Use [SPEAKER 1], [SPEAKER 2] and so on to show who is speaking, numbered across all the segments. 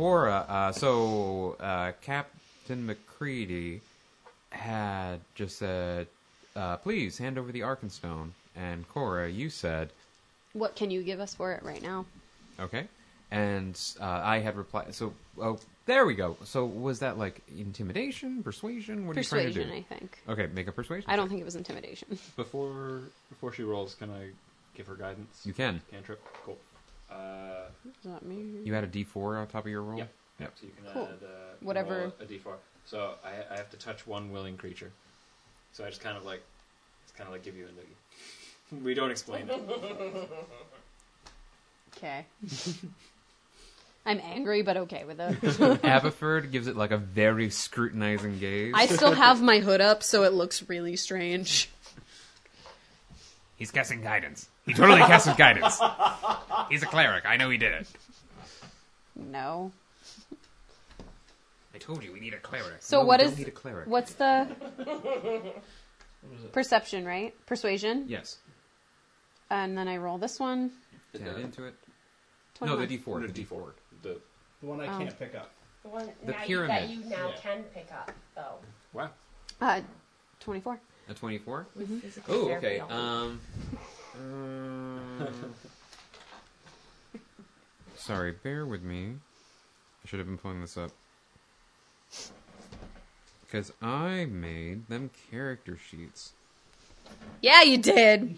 [SPEAKER 1] Uh, so uh, Captain McCready had just said, uh, "Please hand over the Arkenstone." And Cora, you said,
[SPEAKER 2] What can you give us for it right now?
[SPEAKER 1] "Okay." And uh, I had replied, "So, oh, there we go." So was that like intimidation, persuasion? What are you
[SPEAKER 2] Persuasion, I
[SPEAKER 1] trying
[SPEAKER 2] think.
[SPEAKER 1] to do? Okay, make a persuasion.
[SPEAKER 2] I don't think it was intimidation.
[SPEAKER 3] Before before she rolls, can I give her guidance?
[SPEAKER 1] You can.
[SPEAKER 3] Cantrip. Cool. Uh,
[SPEAKER 2] Is that me?
[SPEAKER 1] You had a D four on top of your roll.
[SPEAKER 3] Yep. yep. So you can
[SPEAKER 2] Cool.
[SPEAKER 3] add uh,
[SPEAKER 2] Whatever.
[SPEAKER 3] roll a d4. So I, I have to touch one willing creature. So I just kind of like, it's kind of like give you a noogie. we don't explain it.
[SPEAKER 2] Okay. I'm angry, but okay with it.
[SPEAKER 1] Aberford gives it like a very scrutinizing gaze.
[SPEAKER 2] I still have my hood up, so it looks really strange.
[SPEAKER 1] He's casting guidance. He totally casted guidance. He's a cleric. I know he did it.
[SPEAKER 2] No.
[SPEAKER 1] I told you we need a cleric.
[SPEAKER 2] So
[SPEAKER 1] no,
[SPEAKER 2] what
[SPEAKER 1] we don't
[SPEAKER 2] is-
[SPEAKER 1] need a cleric?
[SPEAKER 2] What's the perception? Right? Persuasion.
[SPEAKER 1] Yes.
[SPEAKER 2] And then I roll this one.
[SPEAKER 1] Add into it.
[SPEAKER 2] 21.
[SPEAKER 1] No, the D four.
[SPEAKER 3] The d4. The
[SPEAKER 4] The one I
[SPEAKER 2] Oh.
[SPEAKER 4] can't pick up.
[SPEAKER 5] The one
[SPEAKER 1] The
[SPEAKER 5] now
[SPEAKER 1] pyramid.
[SPEAKER 5] You, that you now
[SPEAKER 4] Yeah.
[SPEAKER 5] can pick up, though.
[SPEAKER 3] wow.
[SPEAKER 2] uh, twenty-four.
[SPEAKER 1] A twenty four.
[SPEAKER 5] with physical
[SPEAKER 1] Oh,
[SPEAKER 5] therapy
[SPEAKER 1] okay.
[SPEAKER 5] only.
[SPEAKER 1] Um. um, Sorry, bear with me. I should have been pulling this up. Because I made them character sheets.
[SPEAKER 2] Yeah, you did.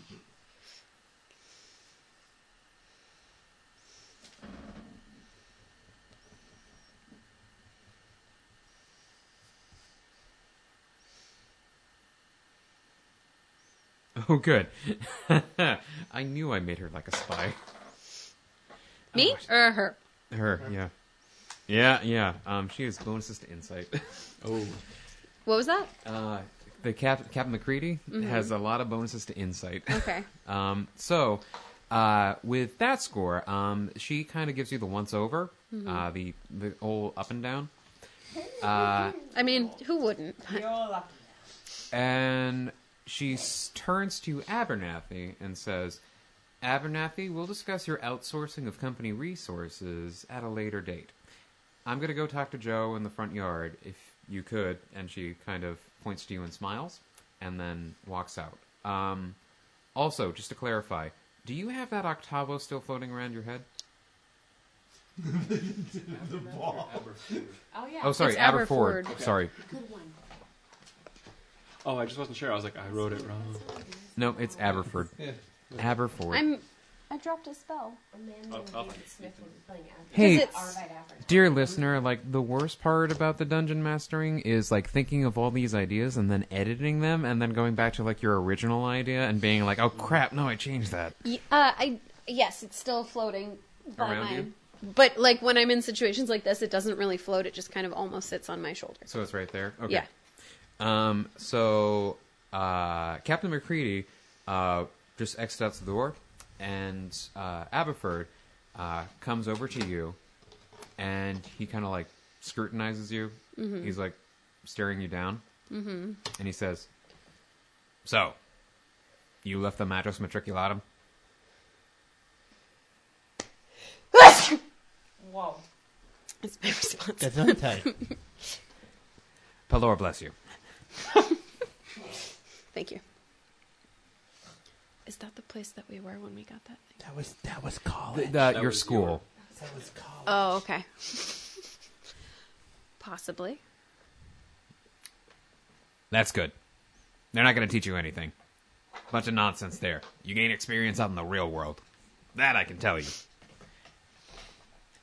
[SPEAKER 1] Oh, good. I knew I made her like a spy.
[SPEAKER 2] Me or her?
[SPEAKER 1] Her, yeah. Yeah, yeah. Um, she has bonuses to insight.
[SPEAKER 3] Oh.
[SPEAKER 2] What was that?
[SPEAKER 1] Uh, the Cap Captain McCready has a lot of bonuses to insight.
[SPEAKER 2] Okay.
[SPEAKER 1] Um, so, uh, with that score, um, she kind of gives you the once over, uh, the the old up and down, uh,
[SPEAKER 2] I mean, who wouldn't?
[SPEAKER 5] You're lucky.
[SPEAKER 1] and she s- turns to Abernathy and says, "Abernathy, we'll discuss your outsourcing of company resources at a later date. I'm gonna go talk to Joe in the front yard if you could." And she kind of points to you and smiles, and then walks out. Um, also, just to clarify. Do you have that octavo still floating around your head?
[SPEAKER 4] The ball.
[SPEAKER 5] Oh yeah.
[SPEAKER 1] Oh, sorry,
[SPEAKER 2] It's
[SPEAKER 1] Aberford.
[SPEAKER 2] Aberford.
[SPEAKER 1] Sorry.
[SPEAKER 5] Good one.
[SPEAKER 3] Oh, I just wasn't sure. I was like, I wrote it wrong.
[SPEAKER 1] No, it's Aberford. Aberford.
[SPEAKER 2] I'm. I dropped a spell.
[SPEAKER 5] Amanda
[SPEAKER 3] Oh, I'll
[SPEAKER 5] Reed
[SPEAKER 3] find it.
[SPEAKER 5] Smith will be playing Africa.
[SPEAKER 1] Hey,
[SPEAKER 2] Does it-
[SPEAKER 5] Arvide Africa.
[SPEAKER 1] dear listener, like the worst part about the dungeon mastering is like thinking of all these ideas and then editing them and then going back to like your original idea and being like, "Oh crap, no, I changed that."
[SPEAKER 2] Y- Uh, I yes, it's still floating by
[SPEAKER 1] Around
[SPEAKER 2] mine.
[SPEAKER 1] you?
[SPEAKER 2] But like when I'm in situations like this, it doesn't really float. It just kind of almost sits on my shoulder.
[SPEAKER 1] So it's right there. Okay.
[SPEAKER 2] Yeah.
[SPEAKER 1] Um so uh Captain McCready uh just exits out the door and uh Aberford uh comes over to you and he kind of like scrutinizes you. He's like staring you down. Mm-hmm. And he says, "So, you left the mattress matriculatum?"
[SPEAKER 5] Whoa.
[SPEAKER 2] That's my response.
[SPEAKER 6] That's not tight.
[SPEAKER 1] Pelor bless you.
[SPEAKER 2] Thank you. Is that the place that we were when we got that thing?
[SPEAKER 6] That was that was college.
[SPEAKER 1] The,
[SPEAKER 3] That
[SPEAKER 1] your
[SPEAKER 3] was
[SPEAKER 1] school.
[SPEAKER 3] your-
[SPEAKER 6] That was college.
[SPEAKER 2] Oh, okay. Possibly.
[SPEAKER 1] That's good. They're not going to teach you anything. Bunch of nonsense there. You gain experience out in the real world. That I can tell you.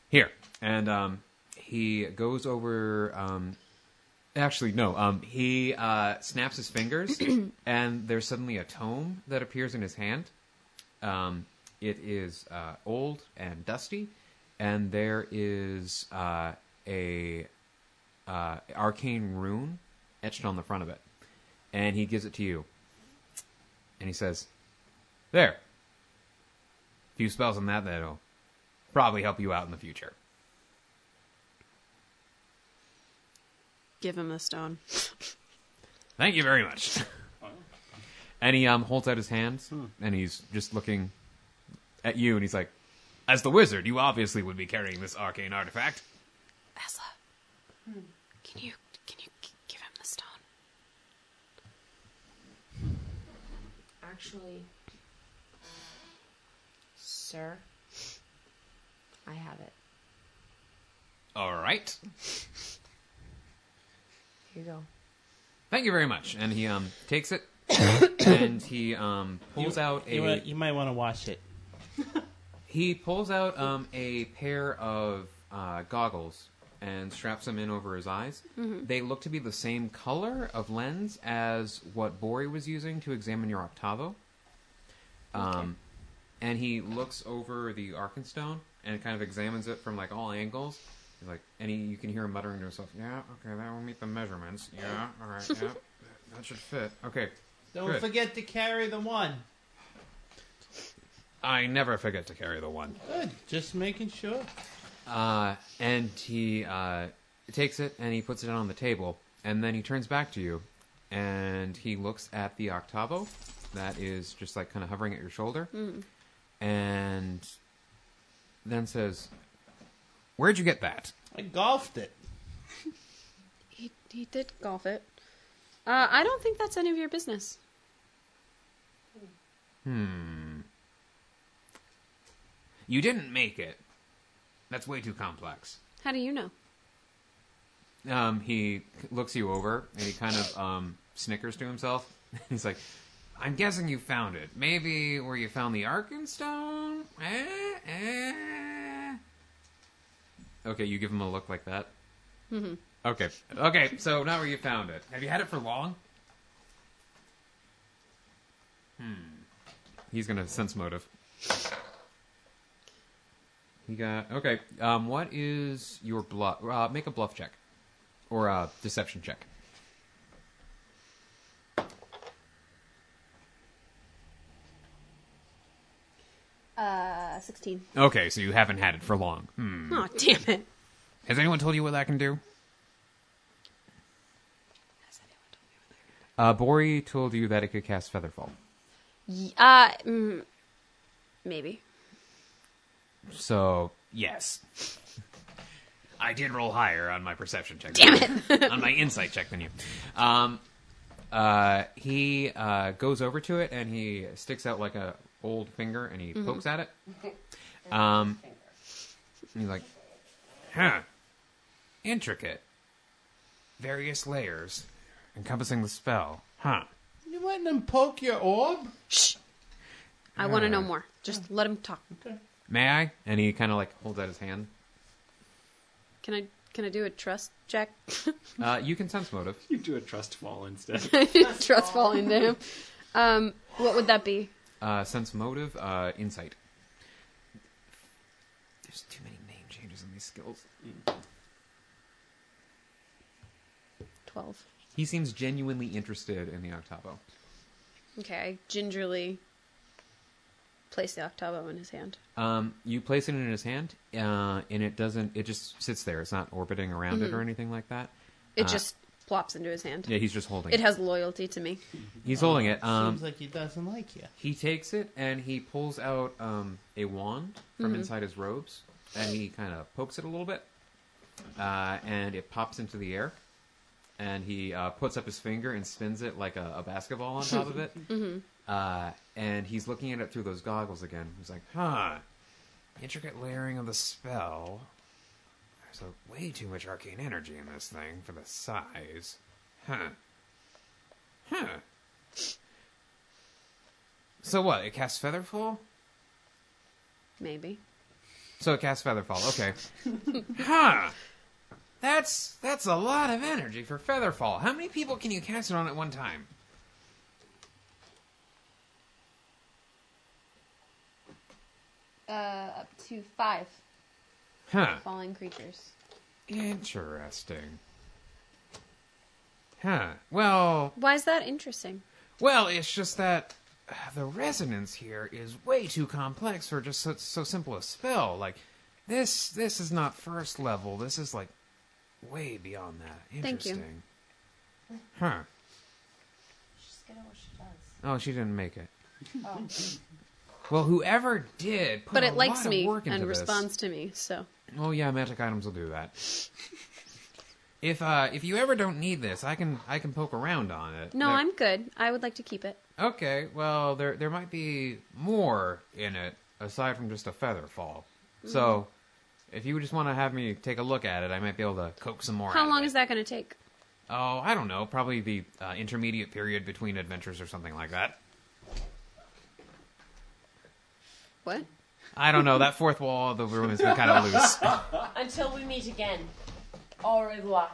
[SPEAKER 1] Here. And um, he goes over. Um, actually, no. Um, he uh, snaps his fingers, and there's suddenly a tome that appears in his hand. Um, it is uh, old and dusty, and there is uh, a uh, arcane rune etched on the front of it. And he gives it to you. And he says, There. Few spells on that that'll probably help you out in the future.
[SPEAKER 2] Give him the stone.
[SPEAKER 1] Thank you very much. and he um, holds out his hands,
[SPEAKER 6] Hmm.
[SPEAKER 1] and he's just looking at you, and he's like, As the wizard, you obviously would be carrying this arcane artifact.
[SPEAKER 2] Asla.
[SPEAKER 1] Hmm.
[SPEAKER 2] Can you can you g- give him the stone?
[SPEAKER 5] Actually, sir, I have it.
[SPEAKER 1] All right.
[SPEAKER 5] Here you go.
[SPEAKER 1] Thank you very much. And he um takes it and he um pulls out a
[SPEAKER 6] You, wa- you might want to watch it.
[SPEAKER 1] he pulls out um a pair of uh, goggles and straps them in over his eyes. They look to be the same color of lens as what Bori was using to examine your octavo. Um, and he looks over the Arkenstone and kind of examines it from like all angles. He's like, and he, you can hear him muttering to himself, "Yeah, okay, that will meet the measurements. Yeah, all right, yeah, that should fit. Okay,
[SPEAKER 6] Don't
[SPEAKER 1] Good.
[SPEAKER 6] forget to carry the one.
[SPEAKER 1] I never forget to carry the one."
[SPEAKER 6] Good. Just making sure.
[SPEAKER 1] Uh, and he uh, takes it and he puts it on the table, and then he turns back to you, and he looks at the octavo that is just like kind of hovering at your shoulder, and then says, "Where'd you get that?"
[SPEAKER 6] I golfed it.
[SPEAKER 2] He he did golf it. Uh, I don't think that's any of your business.
[SPEAKER 1] You didn't make it. That's way too complex.
[SPEAKER 2] How do you know?
[SPEAKER 1] Um, he looks you over and he kind of um, snickers to himself. He's like, "I'm guessing you found it. Maybe where you found the Arkenstone." Eh, eh. Okay, you give him a look like that. Mm-hmm. Okay, okay. So not where you found it. Have you had it for long? Hmm. He's gonna sense motive. He got okay. Um, what is your bluff? Uh, make a bluff check or a deception check.
[SPEAKER 2] Uh, sixteen.
[SPEAKER 1] Okay, so you haven't had it for long. Hmm.
[SPEAKER 2] Oh damn it!
[SPEAKER 1] Has anyone told you what that can do? Uh, Bori told you that it could cast Featherfall.
[SPEAKER 2] Y- Uh, mm, maybe.
[SPEAKER 1] So yes, I did roll higher on my perception check. Damn it! on my insight check than you. Um, uh, he uh, goes over to it and he sticks out like a old finger and he pokes at it. Um, and he's like, "Huh, intricate, various layers encompassing the spell, huh?"
[SPEAKER 6] You letting him poke your orb?
[SPEAKER 2] I want to know more. Uh, Mm. Just let him talk.
[SPEAKER 1] May I? And he kind of like holds out his hand.
[SPEAKER 2] Can I can I do a trust check?
[SPEAKER 1] Uh, you can sense motive.
[SPEAKER 3] You do a trust fall instead.
[SPEAKER 2] trust fall into him. Um, what would that be?
[SPEAKER 1] Uh, sense motive, uh, insight. There's too many name changes in these skills.
[SPEAKER 2] Twelve.
[SPEAKER 1] He seems genuinely interested in the octavo.
[SPEAKER 2] Okay, I gingerly place the octavo in his hand.
[SPEAKER 1] Um, you place it in his hand, uh, and it doesn't. It just sits there. It's not orbiting around it or anything like that.
[SPEAKER 2] It
[SPEAKER 1] Uh,
[SPEAKER 2] just plops into his hand.
[SPEAKER 1] yeah. He's just holding it.
[SPEAKER 2] It has loyalty to me.
[SPEAKER 1] he's holding it. Um,
[SPEAKER 6] Seems like he doesn't like you.
[SPEAKER 1] he takes it and he pulls out um, a wand from inside his robes, and he kind of pokes it a little bit, uh, and it pops into the air. And he uh, puts up his finger and spins it like a, a basketball on top of it. Uh, and he's looking at it through those goggles again. He's like, "Huh, intricate layering of the spell. There's a way too much arcane energy in this thing for the size. Huh, huh." So what? It casts Featherfall.
[SPEAKER 2] Maybe.
[SPEAKER 1] So it casts Featherfall. Okay. huh. That's that's a lot of energy for Featherfall. How many people can you cast it on at one time?
[SPEAKER 4] Uh, up to five
[SPEAKER 1] Huh.
[SPEAKER 4] falling creatures.
[SPEAKER 1] Interesting. Huh. Well,
[SPEAKER 2] Why is that interesting?
[SPEAKER 1] well, it's just that uh, the resonance here is way too complex for just so, so simple a spell. Like this this is not first level. This is like way beyond that.
[SPEAKER 2] Thank you.
[SPEAKER 1] Interesting. Huh.
[SPEAKER 5] She's good at what she does.
[SPEAKER 1] Oh, she didn't make it. Well, whoever did, put
[SPEAKER 2] Oh. But
[SPEAKER 1] a
[SPEAKER 2] it likes
[SPEAKER 1] lot of
[SPEAKER 2] me
[SPEAKER 1] work into
[SPEAKER 2] and
[SPEAKER 1] this.
[SPEAKER 2] responds to me, so
[SPEAKER 1] Oh yeah, magic items will do that. If uh, if you ever don't need this, I can I can poke around on it.
[SPEAKER 2] No,
[SPEAKER 1] There-
[SPEAKER 2] I'm good. I would like to keep it.
[SPEAKER 1] okay. Well, there there might be more in it aside from just a feather fall. So,
[SPEAKER 2] Mm-hmm.
[SPEAKER 1] if you just want to have me take a look at it, I might be able to coax some more.
[SPEAKER 2] How long is that going to take?
[SPEAKER 1] Oh, I don't know. Probably the uh, intermediate period between adventures or something like that.
[SPEAKER 2] What?
[SPEAKER 1] I don't know. That fourth wall of the room has been kind of loose.
[SPEAKER 5] Until we meet again. Au revoir.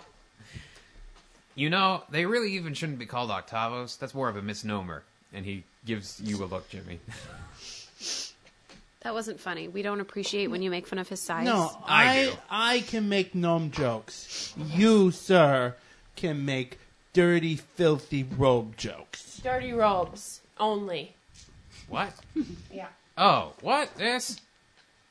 [SPEAKER 1] You know, they really even shouldn't be called octavos. That's more of a misnomer. And he gives you a look, Jimmy.
[SPEAKER 2] That wasn't funny. We don't appreciate when you make fun of his size.
[SPEAKER 6] No,
[SPEAKER 1] I
[SPEAKER 6] I
[SPEAKER 1] do.
[SPEAKER 6] I can make gnome jokes. You, sir, can make dirty, filthy robe jokes.
[SPEAKER 5] Dirty robes only.
[SPEAKER 1] What?
[SPEAKER 5] Yeah.
[SPEAKER 1] Oh, what? This?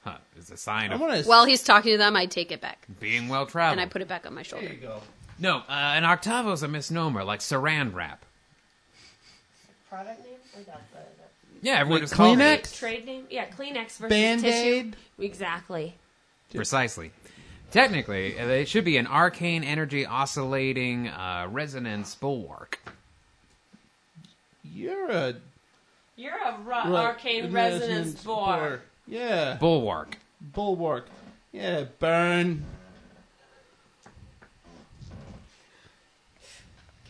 [SPEAKER 1] Huh, is a sign
[SPEAKER 6] I
[SPEAKER 1] of
[SPEAKER 6] want to.
[SPEAKER 2] While he's talking to them, I take it back
[SPEAKER 1] being well traveled.
[SPEAKER 2] and I put it back on my shoulder.
[SPEAKER 6] go.
[SPEAKER 1] no, uh, an octavo's a misnomer, like saran wrap.
[SPEAKER 5] Product name? Without the,
[SPEAKER 1] Yeah, everyone
[SPEAKER 6] Like
[SPEAKER 1] just calls it.
[SPEAKER 6] Kleenex? Next.
[SPEAKER 5] Trade name? Yeah, Kleenex versus
[SPEAKER 6] Band-Aid?
[SPEAKER 5] tissue. Exactly.
[SPEAKER 1] Precisely. Technically, uh, it should be an arcane energy oscillating uh, resonance bulwark.
[SPEAKER 6] You're a
[SPEAKER 5] You're a ra-
[SPEAKER 6] Right.
[SPEAKER 5] arcane resonance bore.
[SPEAKER 6] Yeah,
[SPEAKER 1] Bulwark.
[SPEAKER 6] bulwark. Yeah, burn.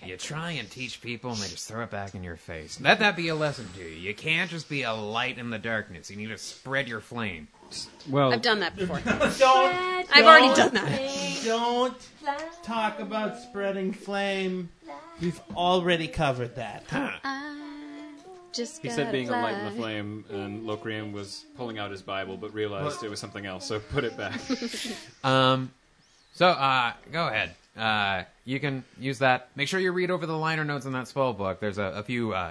[SPEAKER 1] You try and teach people, and they just throw it back in your face. Let that be a lesson to you. You can't just be a light in the darkness. You need to spread your flame.
[SPEAKER 3] Well,
[SPEAKER 2] I've done that before.
[SPEAKER 6] Don't
[SPEAKER 2] I've already done that.
[SPEAKER 6] don't talk about spreading flame. We've already covered that.
[SPEAKER 2] Just
[SPEAKER 3] he said being a light in the
[SPEAKER 2] gotta fly.
[SPEAKER 3] flame, and Locrian was pulling out his Bible, but realized it was something else, so put it back.
[SPEAKER 1] Um, so uh, go ahead. Uh, you can use that. Make sure you read over the liner notes in that spell book. There's a, a few uh,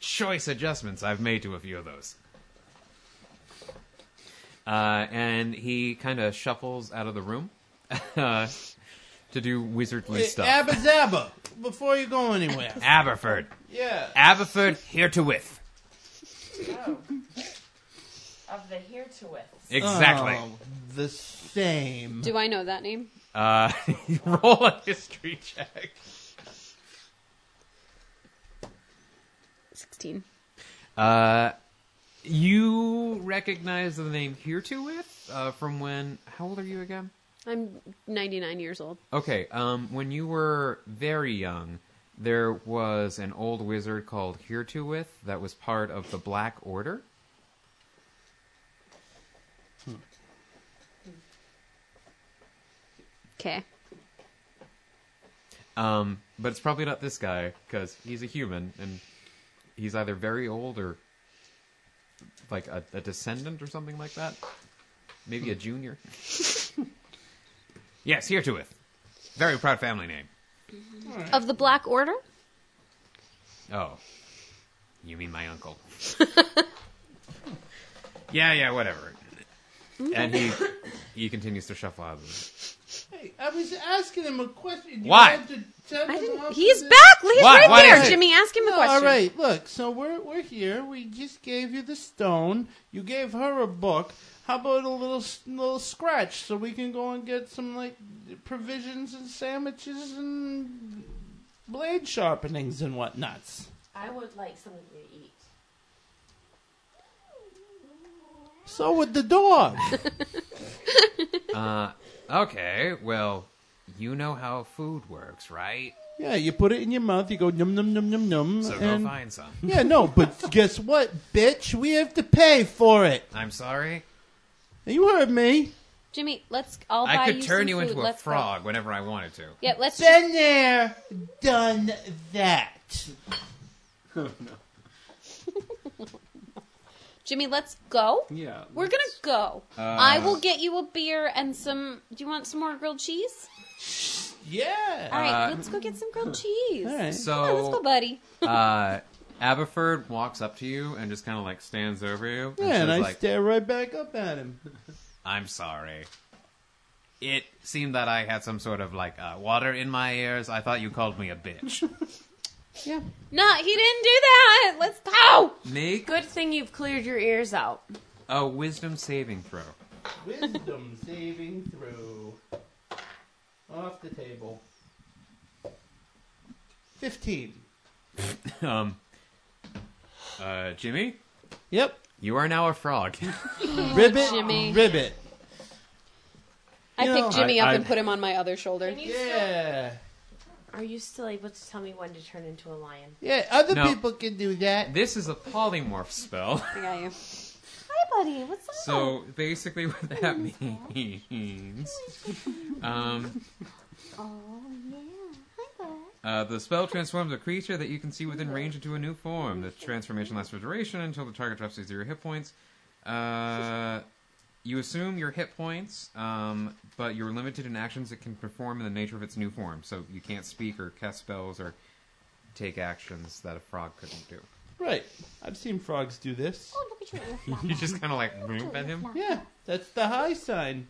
[SPEAKER 1] choice adjustments I've made to a few of those. Uh, and he kind of shuffles out of the room uh, to do wizardly
[SPEAKER 6] Hey,
[SPEAKER 1] stuff.
[SPEAKER 6] Abba Zabba, before you go anywhere.
[SPEAKER 1] Aberford,
[SPEAKER 6] Yeah.
[SPEAKER 1] Aberford, herewith.
[SPEAKER 5] Of the heretowith.
[SPEAKER 1] Exactly.
[SPEAKER 6] Oh, the same.
[SPEAKER 2] Do I know that name?
[SPEAKER 1] Uh, roll a history check.
[SPEAKER 2] 16.
[SPEAKER 1] Uh, you recognize the name Heretowith uh, from when? How old are you again?
[SPEAKER 2] I'm 99 years old.
[SPEAKER 1] Okay, um, when you were very young, there was an old wizard called Heretowith that was part of the Black Order.
[SPEAKER 2] Okay.
[SPEAKER 1] Um, but it's probably not this guy because he's a human and he's either very old or like a, a descendant or something like that. Maybe a junior. yes, Heretowith. Very proud family name.
[SPEAKER 2] Of the Black Order?
[SPEAKER 1] Oh. You mean my uncle. yeah, yeah, whatever. And he he continues to shuffle out of the room.
[SPEAKER 6] Hey, I was asking him a question. You
[SPEAKER 1] Why?
[SPEAKER 6] had to tell
[SPEAKER 2] I
[SPEAKER 6] him
[SPEAKER 2] didn't.
[SPEAKER 6] off
[SPEAKER 2] He's
[SPEAKER 6] the-
[SPEAKER 2] back! He's
[SPEAKER 1] What?
[SPEAKER 2] right
[SPEAKER 1] What
[SPEAKER 2] there!
[SPEAKER 1] is it?
[SPEAKER 2] Jimmy, ask him a
[SPEAKER 6] No,
[SPEAKER 2] question.
[SPEAKER 6] All right, look. So we're we're here. We just gave you the stone. You gave her a book. How about a little s- little scratch so we can go and get some like provisions and sandwiches and blade sharpenings and whatnots.
[SPEAKER 5] I would like something to eat.
[SPEAKER 6] So would the dog.
[SPEAKER 1] Okay, well, you know how food works, right?
[SPEAKER 6] yeah, you put it in your mouth. You go num num num num num.
[SPEAKER 1] So go
[SPEAKER 6] and-
[SPEAKER 1] find some.
[SPEAKER 6] Yeah, no, but guess what, bitch? We have to pay for it.
[SPEAKER 1] I'm sorry.
[SPEAKER 6] You heard me.
[SPEAKER 2] Jimmy, let's. I'll buy
[SPEAKER 1] Oh, I could
[SPEAKER 2] you
[SPEAKER 1] turn
[SPEAKER 2] some
[SPEAKER 1] you
[SPEAKER 2] food.
[SPEAKER 1] into a
[SPEAKER 2] let's go.
[SPEAKER 1] frog whenever I wanted to.
[SPEAKER 2] Yeah, let's. Just,
[SPEAKER 6] Been there, done that.
[SPEAKER 3] oh, no.
[SPEAKER 2] Jimmy, let's go.
[SPEAKER 3] Yeah.
[SPEAKER 2] We're gonna go.
[SPEAKER 1] Uh,
[SPEAKER 2] I will get you a beer and some. Do you want some more grilled cheese?
[SPEAKER 6] Yeah.
[SPEAKER 2] All right,
[SPEAKER 1] Uh,
[SPEAKER 2] let's go get some grilled cheese.
[SPEAKER 6] All right.
[SPEAKER 2] Come on, let's go,
[SPEAKER 1] So
[SPEAKER 2] buddy.
[SPEAKER 1] uh Aberford walks up to you and just kinda like stands over you. And
[SPEAKER 6] Yeah, and I
[SPEAKER 1] says, like,
[SPEAKER 6] stare right back up at him.
[SPEAKER 1] I'm sorry. It seemed that I had some sort of like uh, water in my ears. I thought you called me a bitch.
[SPEAKER 6] Yeah.
[SPEAKER 2] No, he didn't do that. Let's go.
[SPEAKER 1] Make
[SPEAKER 5] Good thing you've cleared your ears out.
[SPEAKER 1] a wisdom saving throw.
[SPEAKER 6] Wisdom saving throw. Off the table. Fifteen.
[SPEAKER 1] Um, uh, Jimmy,
[SPEAKER 6] Yep.
[SPEAKER 1] you are now a frog.
[SPEAKER 6] Ribbit.
[SPEAKER 2] Jimmy.
[SPEAKER 6] Ribbit.
[SPEAKER 2] I
[SPEAKER 6] You
[SPEAKER 2] picked
[SPEAKER 6] know,
[SPEAKER 2] Jimmy
[SPEAKER 1] I-
[SPEAKER 2] up
[SPEAKER 1] I-
[SPEAKER 2] and put him on my other shoulder.
[SPEAKER 5] Can you still,
[SPEAKER 6] Yeah.
[SPEAKER 5] are you still able to tell me when to turn into a lion?
[SPEAKER 6] Yeah. Other
[SPEAKER 1] No.
[SPEAKER 6] people can do that.
[SPEAKER 1] this is a polymorph spell.
[SPEAKER 2] I got you.
[SPEAKER 5] Hi, buddy. What's up?
[SPEAKER 1] So basically, what that means, um,
[SPEAKER 4] Oh, yeah. Hi, bud.
[SPEAKER 1] uh, the spell transforms a creature that you can see within range into a new form. The transformation lasts for duration until the target drops to zero hit points. Uh, you assume your hit points, um, but you're limited in actions it can perform in the nature of its new form. So you can't speak or cast spells or take actions that a frog couldn't do.
[SPEAKER 6] Right. I've seen frogs do this.
[SPEAKER 4] Oh, look at your ear flap.
[SPEAKER 1] You just kind of like
[SPEAKER 4] Look
[SPEAKER 1] move
[SPEAKER 4] your
[SPEAKER 1] at
[SPEAKER 4] ear
[SPEAKER 1] him.
[SPEAKER 4] flap.
[SPEAKER 6] Yeah. That's the high sign.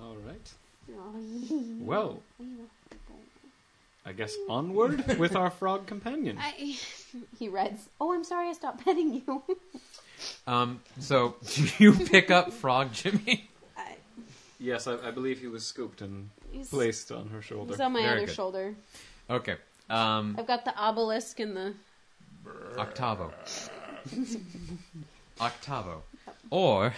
[SPEAKER 3] All right.
[SPEAKER 4] Oh, yeah.
[SPEAKER 3] Well, I guess onward with our frog companion.
[SPEAKER 2] I,
[SPEAKER 4] He reads, Oh, I'm sorry I stopped petting you.
[SPEAKER 1] Um, so do you pick up Frog Jimmy?
[SPEAKER 2] I
[SPEAKER 3] Yes, I, I believe he was scooped and
[SPEAKER 2] Uh, he's,
[SPEAKER 3] placed on her shoulder.
[SPEAKER 2] he's on my
[SPEAKER 1] Very
[SPEAKER 2] other
[SPEAKER 1] good.
[SPEAKER 2] shoulder.
[SPEAKER 1] Okay. Um,
[SPEAKER 2] I've got the obelisk and the.
[SPEAKER 1] Octavo. Octavo. Or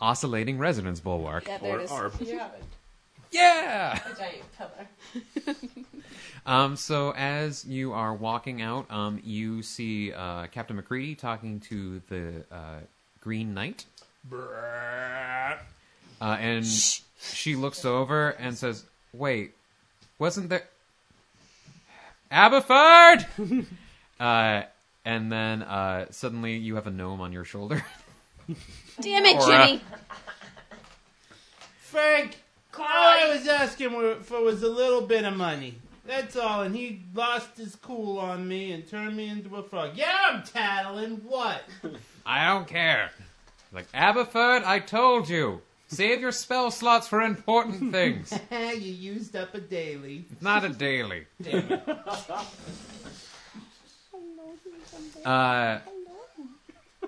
[SPEAKER 1] oscillating resonance bulwark.
[SPEAKER 2] Yeah, there
[SPEAKER 3] or
[SPEAKER 2] it is.
[SPEAKER 3] arb.
[SPEAKER 5] You have
[SPEAKER 1] Yeah.
[SPEAKER 5] a giant pillar.
[SPEAKER 1] Um, so as you are walking out, um, you see uh, Captain McCready talking to the uh, Green Knight, uh, and she looks over and says, "Wait, wasn't there Aberford?" uh, and then uh, suddenly you have a gnome on your shoulder.
[SPEAKER 2] Damn it,
[SPEAKER 1] Or, uh,
[SPEAKER 2] Jimmy!
[SPEAKER 6] Frank. All I was asking wa- for was a little bit of money. That's all, and he lost his cool on me and turned me into a frog. Yeah, I'm tattling. What?
[SPEAKER 1] I don't care. Like, Aberford, I told you. Save your spell slots for important things.
[SPEAKER 6] you used up a daily.
[SPEAKER 1] It's not a daily.
[SPEAKER 6] Damn it.
[SPEAKER 1] Uh, uh,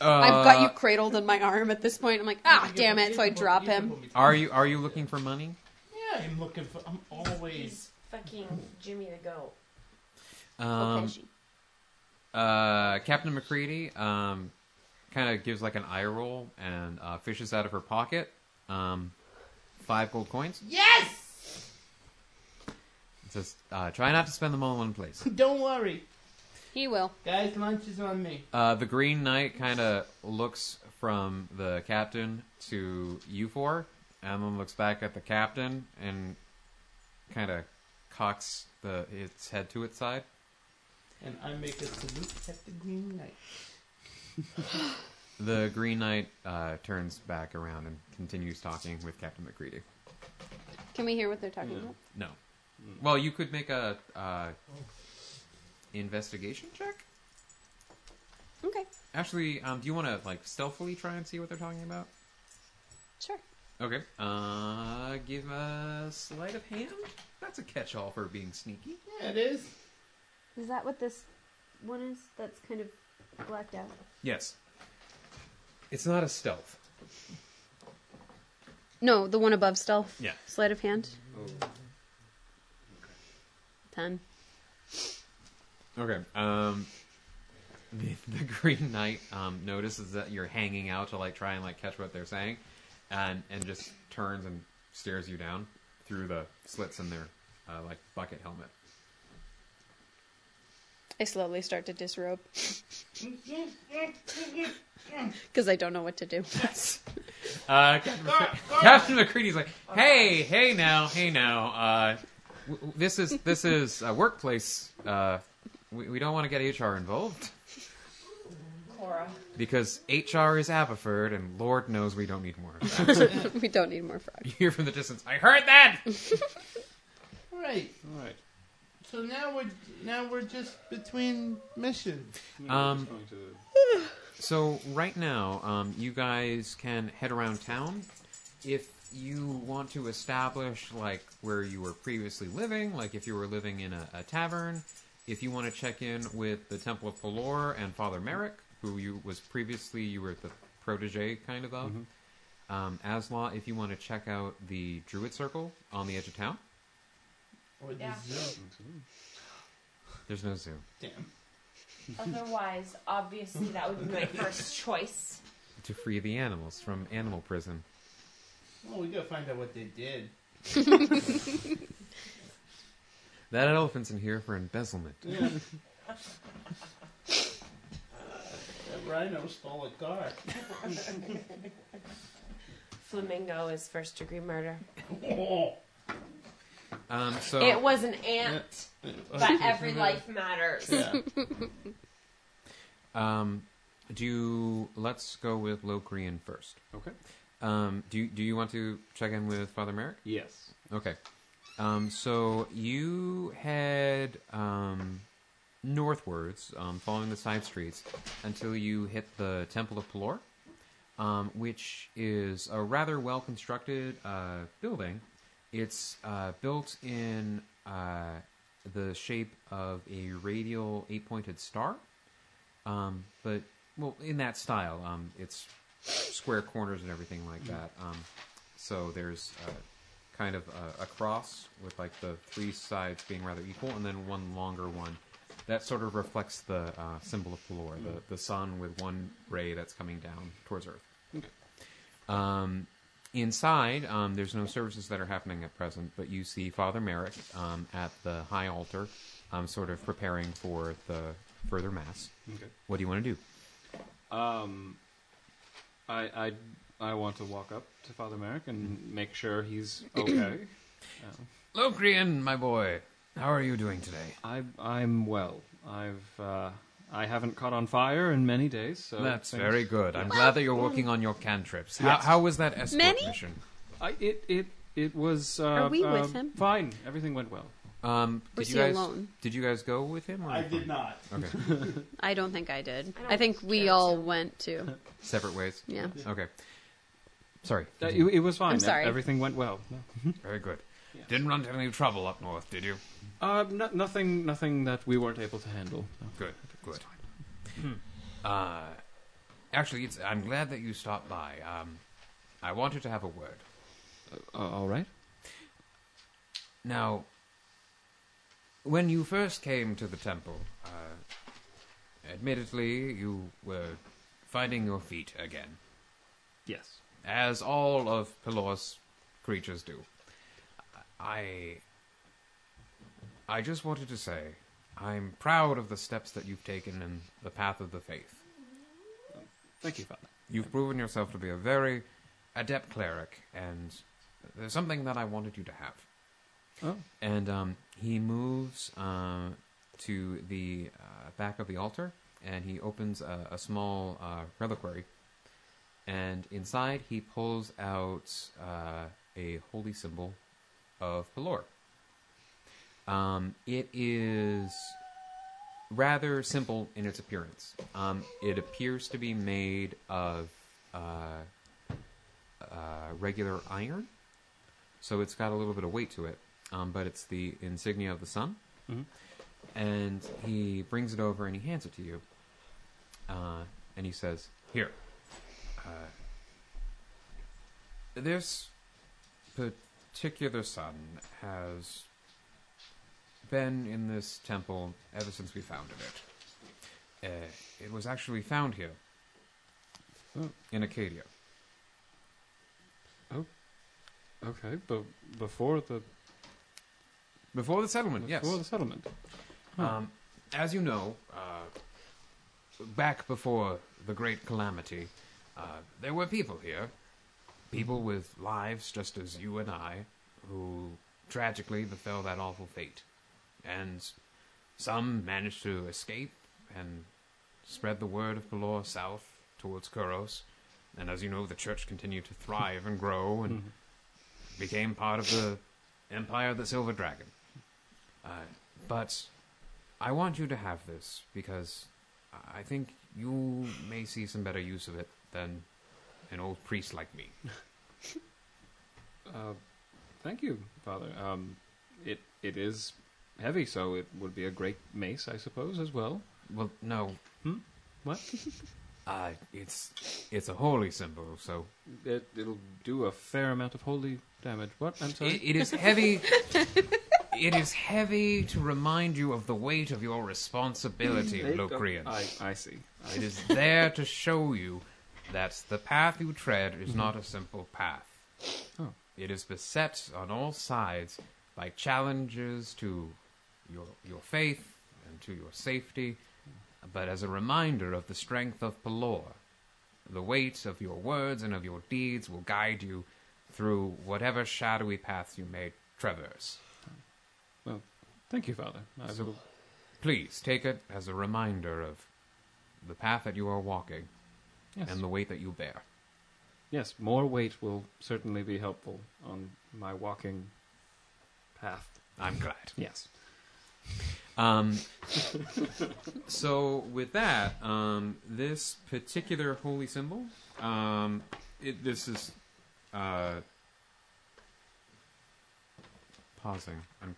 [SPEAKER 2] I've got you cradled in my arm at this point. I'm like, ah, damn it! So I drop him.
[SPEAKER 1] Are you are you looking for money?
[SPEAKER 6] Yeah, I'm looking for. I'm always.
[SPEAKER 5] He's fucking Jimmy the goat.
[SPEAKER 1] Um, uh, Captain McCready um, kind of gives like an eye roll and uh, fishes out of her pocket um, five gold coins.
[SPEAKER 6] Yes.
[SPEAKER 1] It says, uh, "Try not to spend them all in one place."
[SPEAKER 6] Don't worry,
[SPEAKER 2] He will.
[SPEAKER 6] guys. Lunch is on me.
[SPEAKER 1] Uh, the Green Knight kind of looks from the captain to you four, and then looks back at the captain and kind of cocks the its head to its side.
[SPEAKER 6] And I make a salute at the green light.
[SPEAKER 1] The Green Knight uh, turns back around and continues talking with Captain McCready.
[SPEAKER 2] Can we hear what they're talking
[SPEAKER 3] Yeah.
[SPEAKER 2] about?
[SPEAKER 1] No. Well, you could make a uh, investigation check.
[SPEAKER 2] Okay,
[SPEAKER 1] Actually, um, do you want to like stealthily try and see what they're talking about?
[SPEAKER 2] sure.
[SPEAKER 1] Okay. Uh, give a sleight of hand. That's a catch-all for being sneaky.
[SPEAKER 6] Yeah, it is.
[SPEAKER 4] Is that what this one is? That's kind of blacked out.
[SPEAKER 1] Yes. It's not a stealth.
[SPEAKER 2] No, the one above stealth.
[SPEAKER 1] Yeah.
[SPEAKER 2] Sleight of hand.
[SPEAKER 3] Oh.
[SPEAKER 2] Ten.
[SPEAKER 1] Okay. Um, the, the Green Knight um, notices that you're hanging out to like try and like catch what they're saying, and and just turns and stares you down through the slits in their uh, like bucket helmet.
[SPEAKER 2] I slowly start to disrobe because I don't know what to do.
[SPEAKER 1] Uh, Captain, McCre- Captain McCready's like, hey, hey now, hey now. Uh, w- w- this is this is a workplace. Uh, we, we don't want to get HR involved
[SPEAKER 5] Cora.
[SPEAKER 1] because HR is Aberford, and Lord knows we don't need more of that.
[SPEAKER 2] we don't need more frogs.
[SPEAKER 1] you hear from the distance, I heard that.
[SPEAKER 6] Right.
[SPEAKER 3] All right.
[SPEAKER 6] So now we're now we're just between missions.
[SPEAKER 1] Um,
[SPEAKER 3] Just going to-
[SPEAKER 1] So right now, um, you guys can head around town. If you want to establish like where you were previously living, like if you were living in a, a tavern, if you want to check in with the Temple of Pelor and Father Merrick, who you was previously you were the protege kind of of. Um, Aslaw, if you want to check out the Druid Circle on the edge of town,
[SPEAKER 6] Or the
[SPEAKER 5] Yeah.
[SPEAKER 6] zoo.
[SPEAKER 1] There's no zoo.
[SPEAKER 6] Damn.
[SPEAKER 5] Otherwise, obviously, that would be my first choice.
[SPEAKER 1] To free the animals from animal prison.
[SPEAKER 6] Well, we gotta find out what they did.
[SPEAKER 1] That elephant's in here for embezzlement.
[SPEAKER 6] Yeah. that rhino stole a car.
[SPEAKER 5] Flamingo is first degree murder.
[SPEAKER 6] Oh.
[SPEAKER 1] Um, so
[SPEAKER 5] It was an ant, but every life matters.
[SPEAKER 6] Yeah.
[SPEAKER 1] um, do you, let's go with Low Korean first.
[SPEAKER 3] Okay.
[SPEAKER 1] Um, do you, do you want to check in with Father Merrick?
[SPEAKER 3] Yes.
[SPEAKER 1] Okay. Um, so you head um, northwards, um, following the side streets, until you hit the Temple of Pelor, um, which is a rather well constructed uh, building. It's uh, built in uh, the shape of a radial eight pointed star, um, but, well, in that style. Um, it's square corners and everything like that. Um, so there's. Uh, kind of a, a cross with like the three sides being rather equal, and then one longer one that sort of reflects the uh, symbol of Pelor, the, the sun with one ray that's coming down towards Earth. Um, inside, um, there's no services that are happening at present, but you see Father Merrick um, at the high altar, um, sort of preparing for the further mass.
[SPEAKER 3] Okay.
[SPEAKER 1] What do you want to do?
[SPEAKER 3] Um, I I I want to walk up to Father Merrick and make sure he's okay.
[SPEAKER 1] Locrian, my boy, how are you doing today?
[SPEAKER 3] I I'm well. I've uh, I haven't caught on fire in many days. So
[SPEAKER 1] That's
[SPEAKER 3] things-
[SPEAKER 1] very good. I'm glad that you're working on your cantrips. How,
[SPEAKER 3] Yes.
[SPEAKER 1] how was that escort
[SPEAKER 2] mm. Many?
[SPEAKER 1] mission?
[SPEAKER 3] I, it it it was. Uh,
[SPEAKER 2] Are we
[SPEAKER 3] uh,
[SPEAKER 2] with him?
[SPEAKER 3] Fine. Everything went well.
[SPEAKER 1] Um,
[SPEAKER 2] Was
[SPEAKER 1] did you
[SPEAKER 2] he
[SPEAKER 1] guys
[SPEAKER 2] alone?
[SPEAKER 1] did you guys go with him? Or
[SPEAKER 6] I did not.
[SPEAKER 1] Okay,
[SPEAKER 2] I don't think I did.
[SPEAKER 4] I don't
[SPEAKER 2] I, think we
[SPEAKER 4] care
[SPEAKER 2] all went to.
[SPEAKER 1] separate ways.
[SPEAKER 2] Yeah.
[SPEAKER 1] Okay. Sorry.
[SPEAKER 3] Uh, it, it was fine.
[SPEAKER 2] I'm sorry.
[SPEAKER 3] Everything went well. No.
[SPEAKER 1] Very good.
[SPEAKER 3] Yeah.
[SPEAKER 1] Didn't run into any trouble up north, did you?
[SPEAKER 3] Uh, no, nothing nothing that we weren't able to handle. No.
[SPEAKER 1] Good. Good. Uh, actually, it's, I'm glad that you stopped by. Um, I wanted to have a word.
[SPEAKER 3] Uh, all right.
[SPEAKER 1] Now, when you first came to the temple, uh, admittedly, you were finding your feet again,
[SPEAKER 3] Yes.
[SPEAKER 1] as all of Pelor's creatures do. I. I just wanted to say, I'm proud of the steps that you've taken in the path of the faith.
[SPEAKER 3] Thank you, Father.
[SPEAKER 1] You've proven yourself to be a very adept cleric, and there's something that I wanted you to have.
[SPEAKER 3] Oh.
[SPEAKER 1] And um, he moves um, to the uh, back of the altar, and he opens a, a small uh, reliquary. And inside, he pulls out uh, a holy symbol of Pelor. Um, it is rather simple in its appearance. Um, it appears to be made of uh, uh, regular iron, so it's got a little bit of weight to it. Um, but it's the insignia of the sun,
[SPEAKER 3] Mhm.
[SPEAKER 1] and he brings it over and he hands it to you, uh, and he says, "Here, uh, this particular sun has been in this temple ever since we founded it. Uh, it was actually found here
[SPEAKER 3] Oh.
[SPEAKER 1] in Acadia.
[SPEAKER 3] Okay, but before the
[SPEAKER 1] Before the settlement,
[SPEAKER 3] before
[SPEAKER 1] yes.
[SPEAKER 3] the settlement.
[SPEAKER 1] Um, as you know, uh, back before the Great Calamity, uh, there were people here. People with lives just as you and I, who tragically befell that awful fate. And some managed to escape and spread the word of Galore south towards Kuros. And as you know, the church continued to thrive and grow and became part of the Empire of the Silver Dragon. Uh, but I want you to have this because I I think you may see some better use of it than an old priest like me.
[SPEAKER 3] Uh, thank you, Father. Um, it it is heavy, so it would be a great mace, I suppose, as well.
[SPEAKER 1] Well, no,
[SPEAKER 3] What?
[SPEAKER 1] uh, it's it's a holy symbol, so
[SPEAKER 3] It, it'll do a fair amount of holy damage. What? I'm sorry.
[SPEAKER 1] it, it is heavy. It is heavy to remind you of the weight of your responsibility,
[SPEAKER 3] There you go.
[SPEAKER 1] Locrian.
[SPEAKER 3] I, uh, I see. I
[SPEAKER 1] It is there to show you that the path you tread is not a simple path.
[SPEAKER 3] Oh.
[SPEAKER 1] It is beset on all sides by challenges to your, your faith and to your safety, but as a reminder of the strength of Pelor, the weight of your words and of your deeds will guide you through whatever shadowy paths you may traverse.
[SPEAKER 3] Thank you, Father. I will
[SPEAKER 1] Please take it as a reminder of the path that you are walking
[SPEAKER 3] yes.
[SPEAKER 1] and the weight that you bear.
[SPEAKER 3] Yes, more weight will certainly be helpful on my walking path.
[SPEAKER 1] I'm glad.
[SPEAKER 3] Yes.
[SPEAKER 1] Um, so with that, um, this particular holy symbol, um, it, this is uh, pausing. I'm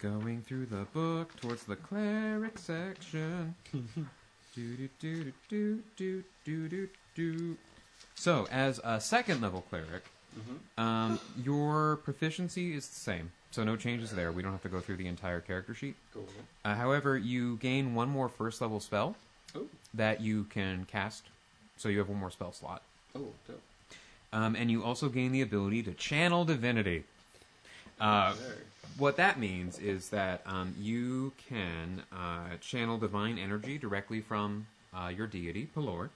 [SPEAKER 1] going through the book towards the cleric section. do do do do do do do do. So as a second level cleric, um, your proficiency is the same, so no changes there. We don't have to go through the entire character sheet.
[SPEAKER 3] Cool.
[SPEAKER 1] Uh, however, you gain one more first level spell
[SPEAKER 3] Oh,
[SPEAKER 1] that you can cast, so you have one more spell slot.
[SPEAKER 3] oh, dope.
[SPEAKER 1] Um, and you also gain the ability to channel divinity. Uh,
[SPEAKER 3] There.
[SPEAKER 1] what that means is that um, you can uh, channel divine energy directly from uh, your deity, Pelor,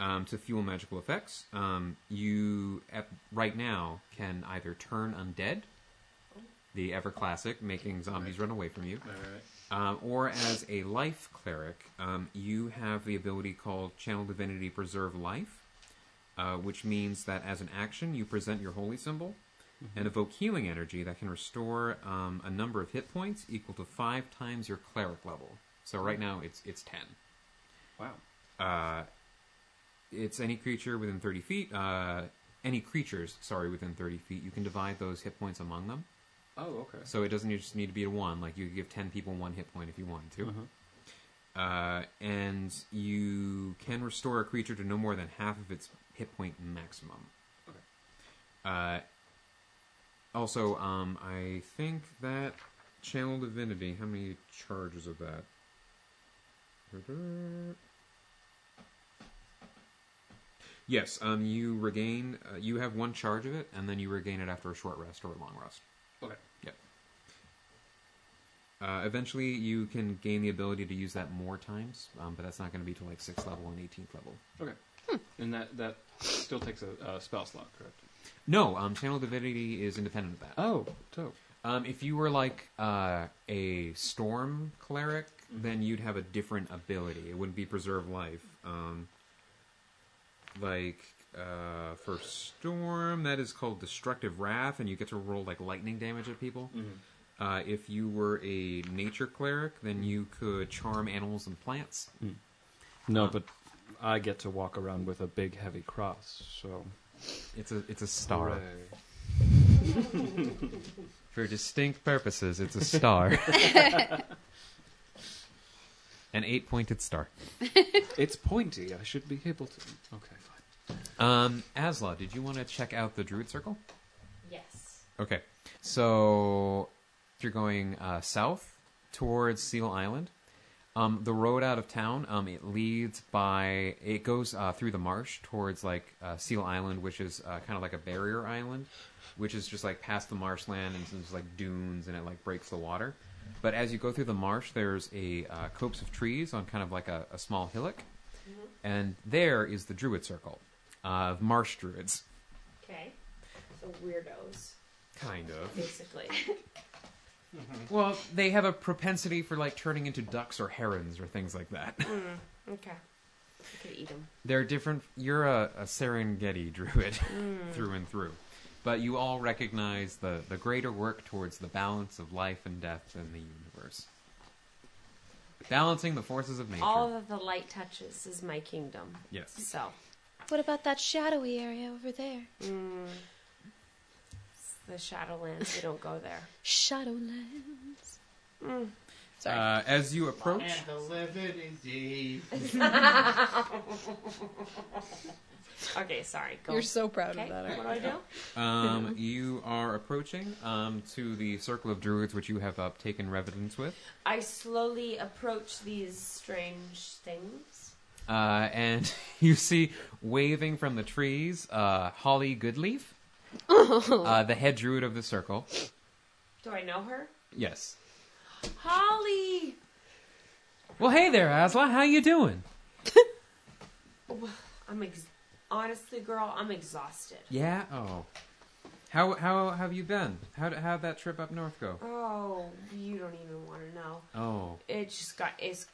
[SPEAKER 1] um, to fuel magical effects. Um, you, at, right now, can either turn undead, the ever classic, making zombies run away from you,
[SPEAKER 3] All right.
[SPEAKER 1] um, or as a life cleric, um, you have the ability called Channel Divinity Preserve Life, uh, which means that as an action, you present your holy symbol and evoke healing energy that can restore um, a number of hit points equal to five times your cleric level. So right now, it's it's ten.
[SPEAKER 3] Wow.
[SPEAKER 1] Uh, it's any creature within thirty feet. Uh, any creatures, sorry, within thirty feet. You can divide those hit points among them.
[SPEAKER 3] Oh, okay.
[SPEAKER 1] So it doesn't just need to be a one. Like you could give ten people one hit point if you wanted to. Uh, and you can restore a creature to no more than half of its hit point maximum.
[SPEAKER 3] Okay.
[SPEAKER 1] Uh, also, um, I think that channel divinity. How many charges of that? Da-da. Yes, um, you regain. Uh, you have one charge of it, and then you regain it after a short rest or a long rest.
[SPEAKER 3] Okay.
[SPEAKER 1] Yep. Uh, eventually, you can gain the ability to use that more times, um, but that's not going to be to like sixth level and eighteenth level.
[SPEAKER 3] Okay. And that that still takes a, a spell slot, correct?
[SPEAKER 1] No, um, channel divinity is independent of that.
[SPEAKER 3] Oh, dope.
[SPEAKER 1] Um, if you were like uh, a storm cleric, then you'd have a different ability. It wouldn't be preserve life. Um, like uh, for storm, that is called destructive wrath, and you get to roll like lightning damage at people. Uh, if you were a nature cleric, then you could charm animals and plants.
[SPEAKER 3] No, but I get to walk around with a big heavy cross, so.
[SPEAKER 1] It's a it's a star for distinct purposes. It's a star, an eight pointed star.
[SPEAKER 3] It's pointy. I should be able to. Okay, fine.
[SPEAKER 1] Um, Asla, did you want to check out the Druid Circle?
[SPEAKER 5] Yes.
[SPEAKER 1] Okay. So you're going uh, south towards Seal Island. Um, the road out of town, um, it leads by, it goes uh, through the marsh towards like uh, Seal Island, which is uh, kind of like a barrier island, which is just like past the marshland and there's like dunes and it like breaks the water. But as you go through the marsh, there's a uh, copse of trees on kind of like a, a small hillock. Mm-hmm. And there is the Druid Circle uh, of marsh druids.
[SPEAKER 5] Okay. So weirdos,
[SPEAKER 1] Kind of.
[SPEAKER 5] basically.
[SPEAKER 1] Well, they have a propensity for like turning into ducks or herons or things like that.
[SPEAKER 5] okay. I could eat them.
[SPEAKER 1] They're different. You're a, a Serengeti druid through and through, but you all recognize the the greater work towards the balance of life and death in the universe, balancing the forces of nature.
[SPEAKER 5] All that the light touches is my kingdom.
[SPEAKER 1] yes.
[SPEAKER 5] So
[SPEAKER 4] What about that shadowy area over there?
[SPEAKER 5] Mm. it's the Shadowlands, we don't go there.
[SPEAKER 4] Shadowlands.
[SPEAKER 2] Sorry.
[SPEAKER 1] Uh, as you approach,
[SPEAKER 6] And the livid indeed.
[SPEAKER 5] Okay, sorry.
[SPEAKER 1] Uh,
[SPEAKER 5] Go.
[SPEAKER 2] You're so proud
[SPEAKER 5] okay.
[SPEAKER 2] of that.
[SPEAKER 5] What do I do?
[SPEAKER 1] um, you are approaching um, to the circle of druids which you have uh, taken revenance with,
[SPEAKER 5] I slowly approach these strange things.
[SPEAKER 1] uh, and you see waving from the trees uh, Holly Goodleaf, uh, the head druid of the circle.
[SPEAKER 5] Do I know her?
[SPEAKER 1] Yes.
[SPEAKER 5] Holly!
[SPEAKER 1] Well, hey there, Asla. How you doing?
[SPEAKER 5] I'm ex- honestly, girl, I'm exhausted.
[SPEAKER 1] Yeah. Oh. How how have you been? How how that trip up north go?
[SPEAKER 5] Oh, you don't even want to know.
[SPEAKER 1] Oh.
[SPEAKER 5] It just got it's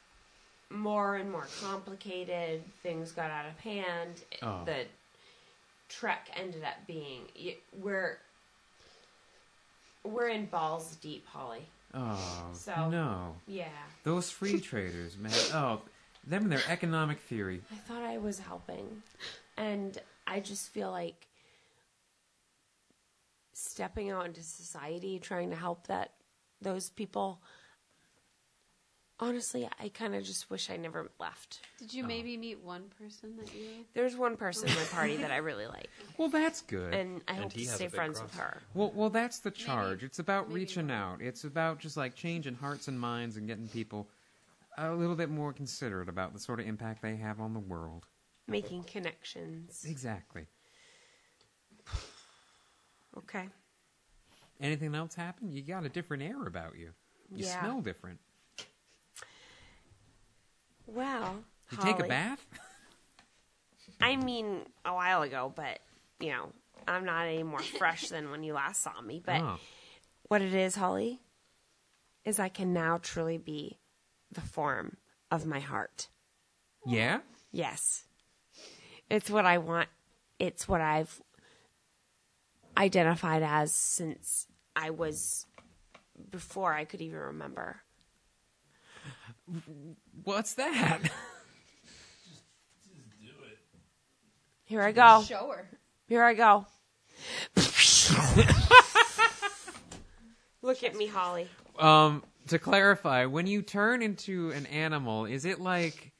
[SPEAKER 5] more and more complicated. Things got out of hand. It-
[SPEAKER 1] Oh.
[SPEAKER 5] The trek ended up being y- we're we're in balls deep, Holly.
[SPEAKER 1] Oh.
[SPEAKER 5] So-
[SPEAKER 1] No.
[SPEAKER 5] Yeah,
[SPEAKER 1] Those free traders, man. Oh, them and their economic theory.
[SPEAKER 5] I thought I was helping, and I just feel like stepping out into society, trying to help that those people. Honestly, I kind of just wish I never left.
[SPEAKER 4] Did
[SPEAKER 1] Uh-huh.
[SPEAKER 4] you maybe meet one person that you?
[SPEAKER 5] There's one person in my party that I really like,
[SPEAKER 1] Well, that's good.
[SPEAKER 5] and I
[SPEAKER 3] And
[SPEAKER 5] hope
[SPEAKER 3] he
[SPEAKER 5] to
[SPEAKER 3] has a
[SPEAKER 5] stay
[SPEAKER 3] big
[SPEAKER 5] friends
[SPEAKER 3] cross.
[SPEAKER 5] with her.
[SPEAKER 1] well, well, that's the charge. it's about reaching out. It's about just like changing hearts and minds and getting people a little bit more considerate about the sort of impact they have on the world.
[SPEAKER 5] Making connections.
[SPEAKER 1] Exactly.
[SPEAKER 5] Okay.
[SPEAKER 1] Anything else happen? You got a different air about you. You
[SPEAKER 5] Yeah.
[SPEAKER 1] smell different.
[SPEAKER 5] Well,
[SPEAKER 1] You take a
[SPEAKER 5] Holly,
[SPEAKER 1] bath?
[SPEAKER 5] I mean, a while ago, but you know, I'm not any more fresh than when you last saw me. But
[SPEAKER 1] Oh.
[SPEAKER 5] what it is, Holly, is I can now truly be the form of my heart.
[SPEAKER 1] Yeah?
[SPEAKER 5] Yes. It's what I want. It's what I've identified as since I was before I could even remember.
[SPEAKER 1] What's that?
[SPEAKER 5] Here I go.
[SPEAKER 2] Show her.
[SPEAKER 5] Here I go. Look at me, Holly.
[SPEAKER 1] Um, to clarify, when you turn into an animal, is it like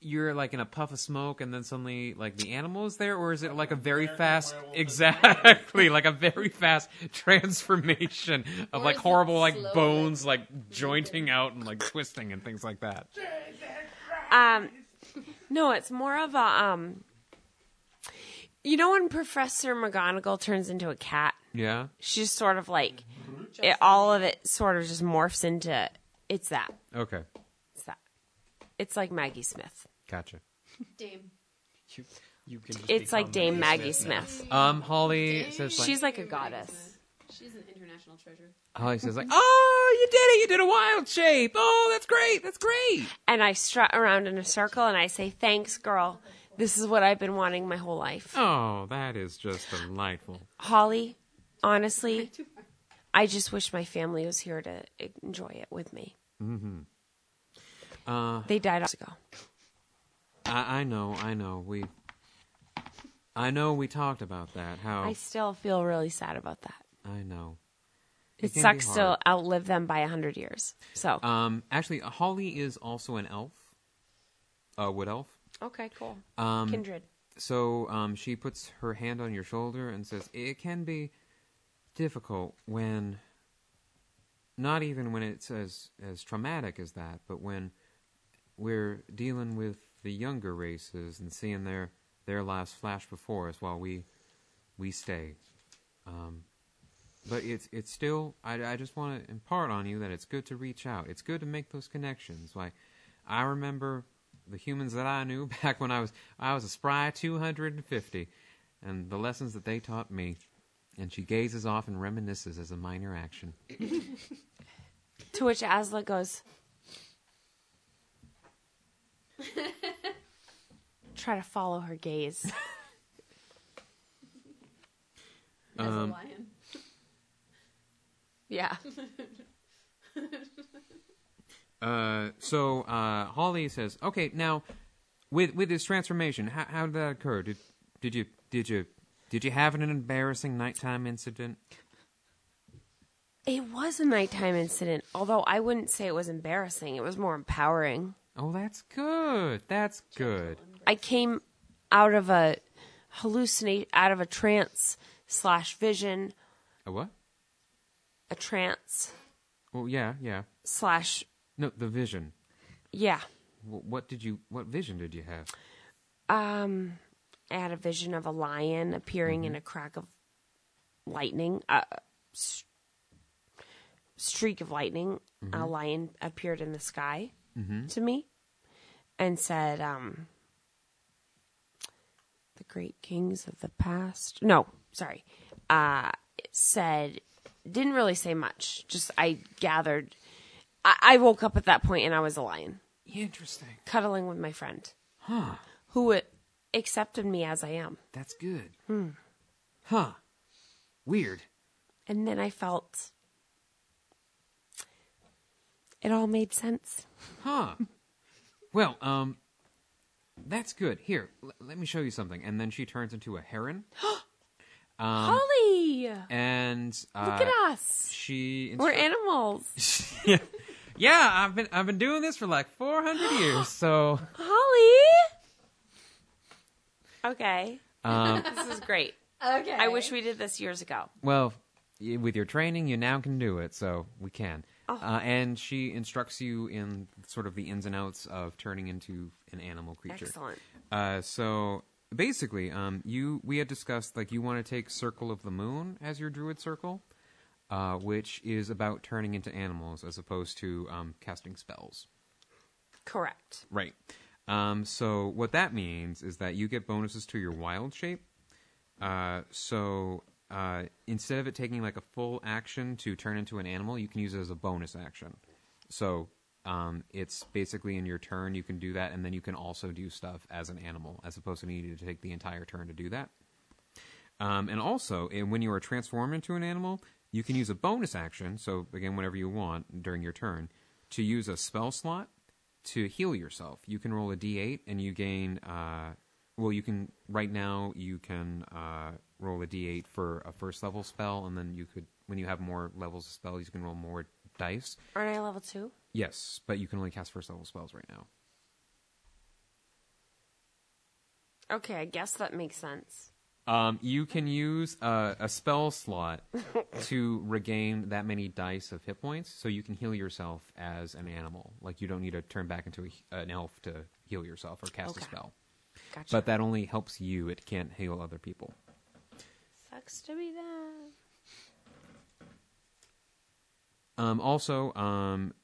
[SPEAKER 1] you're like in a puff of smoke and then suddenly like the animal is there, or is it like a very fast,
[SPEAKER 6] Werewolf.
[SPEAKER 1] exactly like a very fast transformation of
[SPEAKER 2] Or
[SPEAKER 1] like
[SPEAKER 2] is it
[SPEAKER 1] horrible like
[SPEAKER 2] slow, like-
[SPEAKER 1] bones like jointing out and like twisting and things like that?
[SPEAKER 5] Um, no, it's more of a um. You know when Professor McGonagall turns into a cat,
[SPEAKER 1] Yeah.
[SPEAKER 5] she's sort of like it, all of it sort of just morphs into it's that
[SPEAKER 1] Okay.
[SPEAKER 5] it's that it's like Maggie Smith.
[SPEAKER 1] Gotcha.
[SPEAKER 4] Dame.
[SPEAKER 3] You, you can just
[SPEAKER 5] It's like
[SPEAKER 3] become
[SPEAKER 5] Dame Maggie Smith.
[SPEAKER 1] Um, Holly says like,
[SPEAKER 5] She's like a goddess.
[SPEAKER 4] She's an international treasure.
[SPEAKER 1] Holly says like, oh, you did it! You did a wild shape! Oh, that's great! That's great!
[SPEAKER 5] And I strut around in a circle and I say, "Thanks, girl. This is what I've been wanting my whole life."
[SPEAKER 1] Oh, that is just delightful.
[SPEAKER 5] Holly, honestly, I just wish my family was here to enjoy it with me. Mm-hmm. Uh, they died hours ago.
[SPEAKER 1] I, I know, I know. We, I know, we talked about that. How
[SPEAKER 5] I
[SPEAKER 1] I,
[SPEAKER 5] still feel really sad about that.
[SPEAKER 1] know.
[SPEAKER 5] It,
[SPEAKER 1] can be
[SPEAKER 5] sucks to
[SPEAKER 1] hard.
[SPEAKER 5] outlive them by a hundred years. So
[SPEAKER 1] Um, actually, Holly is also an elf, a wood elf.
[SPEAKER 5] okay, cool.
[SPEAKER 1] Um,
[SPEAKER 5] Kindred.
[SPEAKER 1] so um, she puts her hand on your shoulder and says, "It can be difficult when, not even when it's as as traumatic as that, but when we're dealing with the younger races and seeing their their lives flash before us while we we stay." Um, but it's it's still. I, I just want to impart on you that it's good to reach out. It's good to make those connections. Like I remember the humans that I knew back when I was I was a spry two hundred and fifty, and the lessons that they taught me. And she gazes off and reminisces as a minor action.
[SPEAKER 5] To which Asla goes, try to follow her gaze.
[SPEAKER 4] As
[SPEAKER 1] Um,
[SPEAKER 4] a lion.
[SPEAKER 5] Yeah.
[SPEAKER 1] Uh, so uh, Holly says, "Okay, now with with this transformation, how, how did that occur? Did did you did you did you have an embarrassing nighttime incident?"
[SPEAKER 5] It was a nighttime incident, although I wouldn't say it was embarrassing. It was more empowering.
[SPEAKER 1] Oh, that's good. That's good.
[SPEAKER 5] I came out of a hallucinate out of a trance slash vision,
[SPEAKER 1] A what?
[SPEAKER 5] a trance
[SPEAKER 1] Well, yeah, yeah.
[SPEAKER 5] slash
[SPEAKER 1] No, the vision.
[SPEAKER 5] yeah.
[SPEAKER 1] Wh- What did you? What vision did you have?
[SPEAKER 5] Um, I had a vision of a lion appearing in a crack of lightning, a s- streak of lightning. A lion appeared in the sky to me and said, um, The great kings of the past. No, sorry. Uh, it said, didn't really say much. Just I gathered. I, I woke up at that point and I was a lion
[SPEAKER 1] Interesting.
[SPEAKER 5] cuddling with my friend
[SPEAKER 1] Huh.
[SPEAKER 5] who accepted me as I am.
[SPEAKER 1] That's good. Hmm. Huh. Weird.
[SPEAKER 5] And then I felt it all made sense.
[SPEAKER 1] Huh. well, um, that's good. Here, l- let me show you something. And then she turns into a heron. um,
[SPEAKER 5] Holly,
[SPEAKER 1] and uh,
[SPEAKER 5] look at us.
[SPEAKER 1] She.
[SPEAKER 5] We're
[SPEAKER 1] instru-
[SPEAKER 5] animals.
[SPEAKER 1] yeah, I've been I've been doing this for like 400 years. So,
[SPEAKER 5] Holly. Okay.
[SPEAKER 1] um,
[SPEAKER 5] This is great.
[SPEAKER 4] Okay.
[SPEAKER 5] I wish we did this years ago.
[SPEAKER 1] well, y- with your training, you now can do it. So we can.
[SPEAKER 5] Oh.
[SPEAKER 1] Uh, and she instructs you in sort of the ins and outs of turning into an animal creature.
[SPEAKER 5] Excellent.
[SPEAKER 1] Uh, so basically, um, you we had discussed like you want to take Circle of the Moon as your druid circle, uh, which is about turning into animals as opposed to um, casting spells.
[SPEAKER 5] Correct.
[SPEAKER 1] Right. Um, so what that means is that you get bonuses to your wild shape. Uh, so uh, instead of it taking like a full action to turn into an animal, you can use it as a bonus action. So um, it's basically in your turn you can do that, and then you can also do stuff as an animal, as opposed to needing to take the entire turn to do that. Um, and also, and when you are transformed into an animal, you can use a bonus action. So again, whenever you want during your turn, to use a spell slot to heal yourself. You can roll a d8, and you gain. Uh, well, you can right now. You can uh, roll a d8 for a first level spell, and then you could, when you have more levels of spells, you can roll more dice.
[SPEAKER 5] Aren't I level two?
[SPEAKER 1] Yes, but you can only cast first level spells right now.
[SPEAKER 5] Okay, I guess that makes sense.
[SPEAKER 1] Um, you can use a, a spell slot to regain that many dice of hit points, so you can heal yourself as an animal. Like you don't need to turn back into a, an elf to heal yourself or cast
[SPEAKER 5] Okay.
[SPEAKER 1] a spell.
[SPEAKER 5] Gotcha.
[SPEAKER 1] But that only helps you; it can't heal other people.
[SPEAKER 4] Sucks to be that.
[SPEAKER 1] Um, also, um,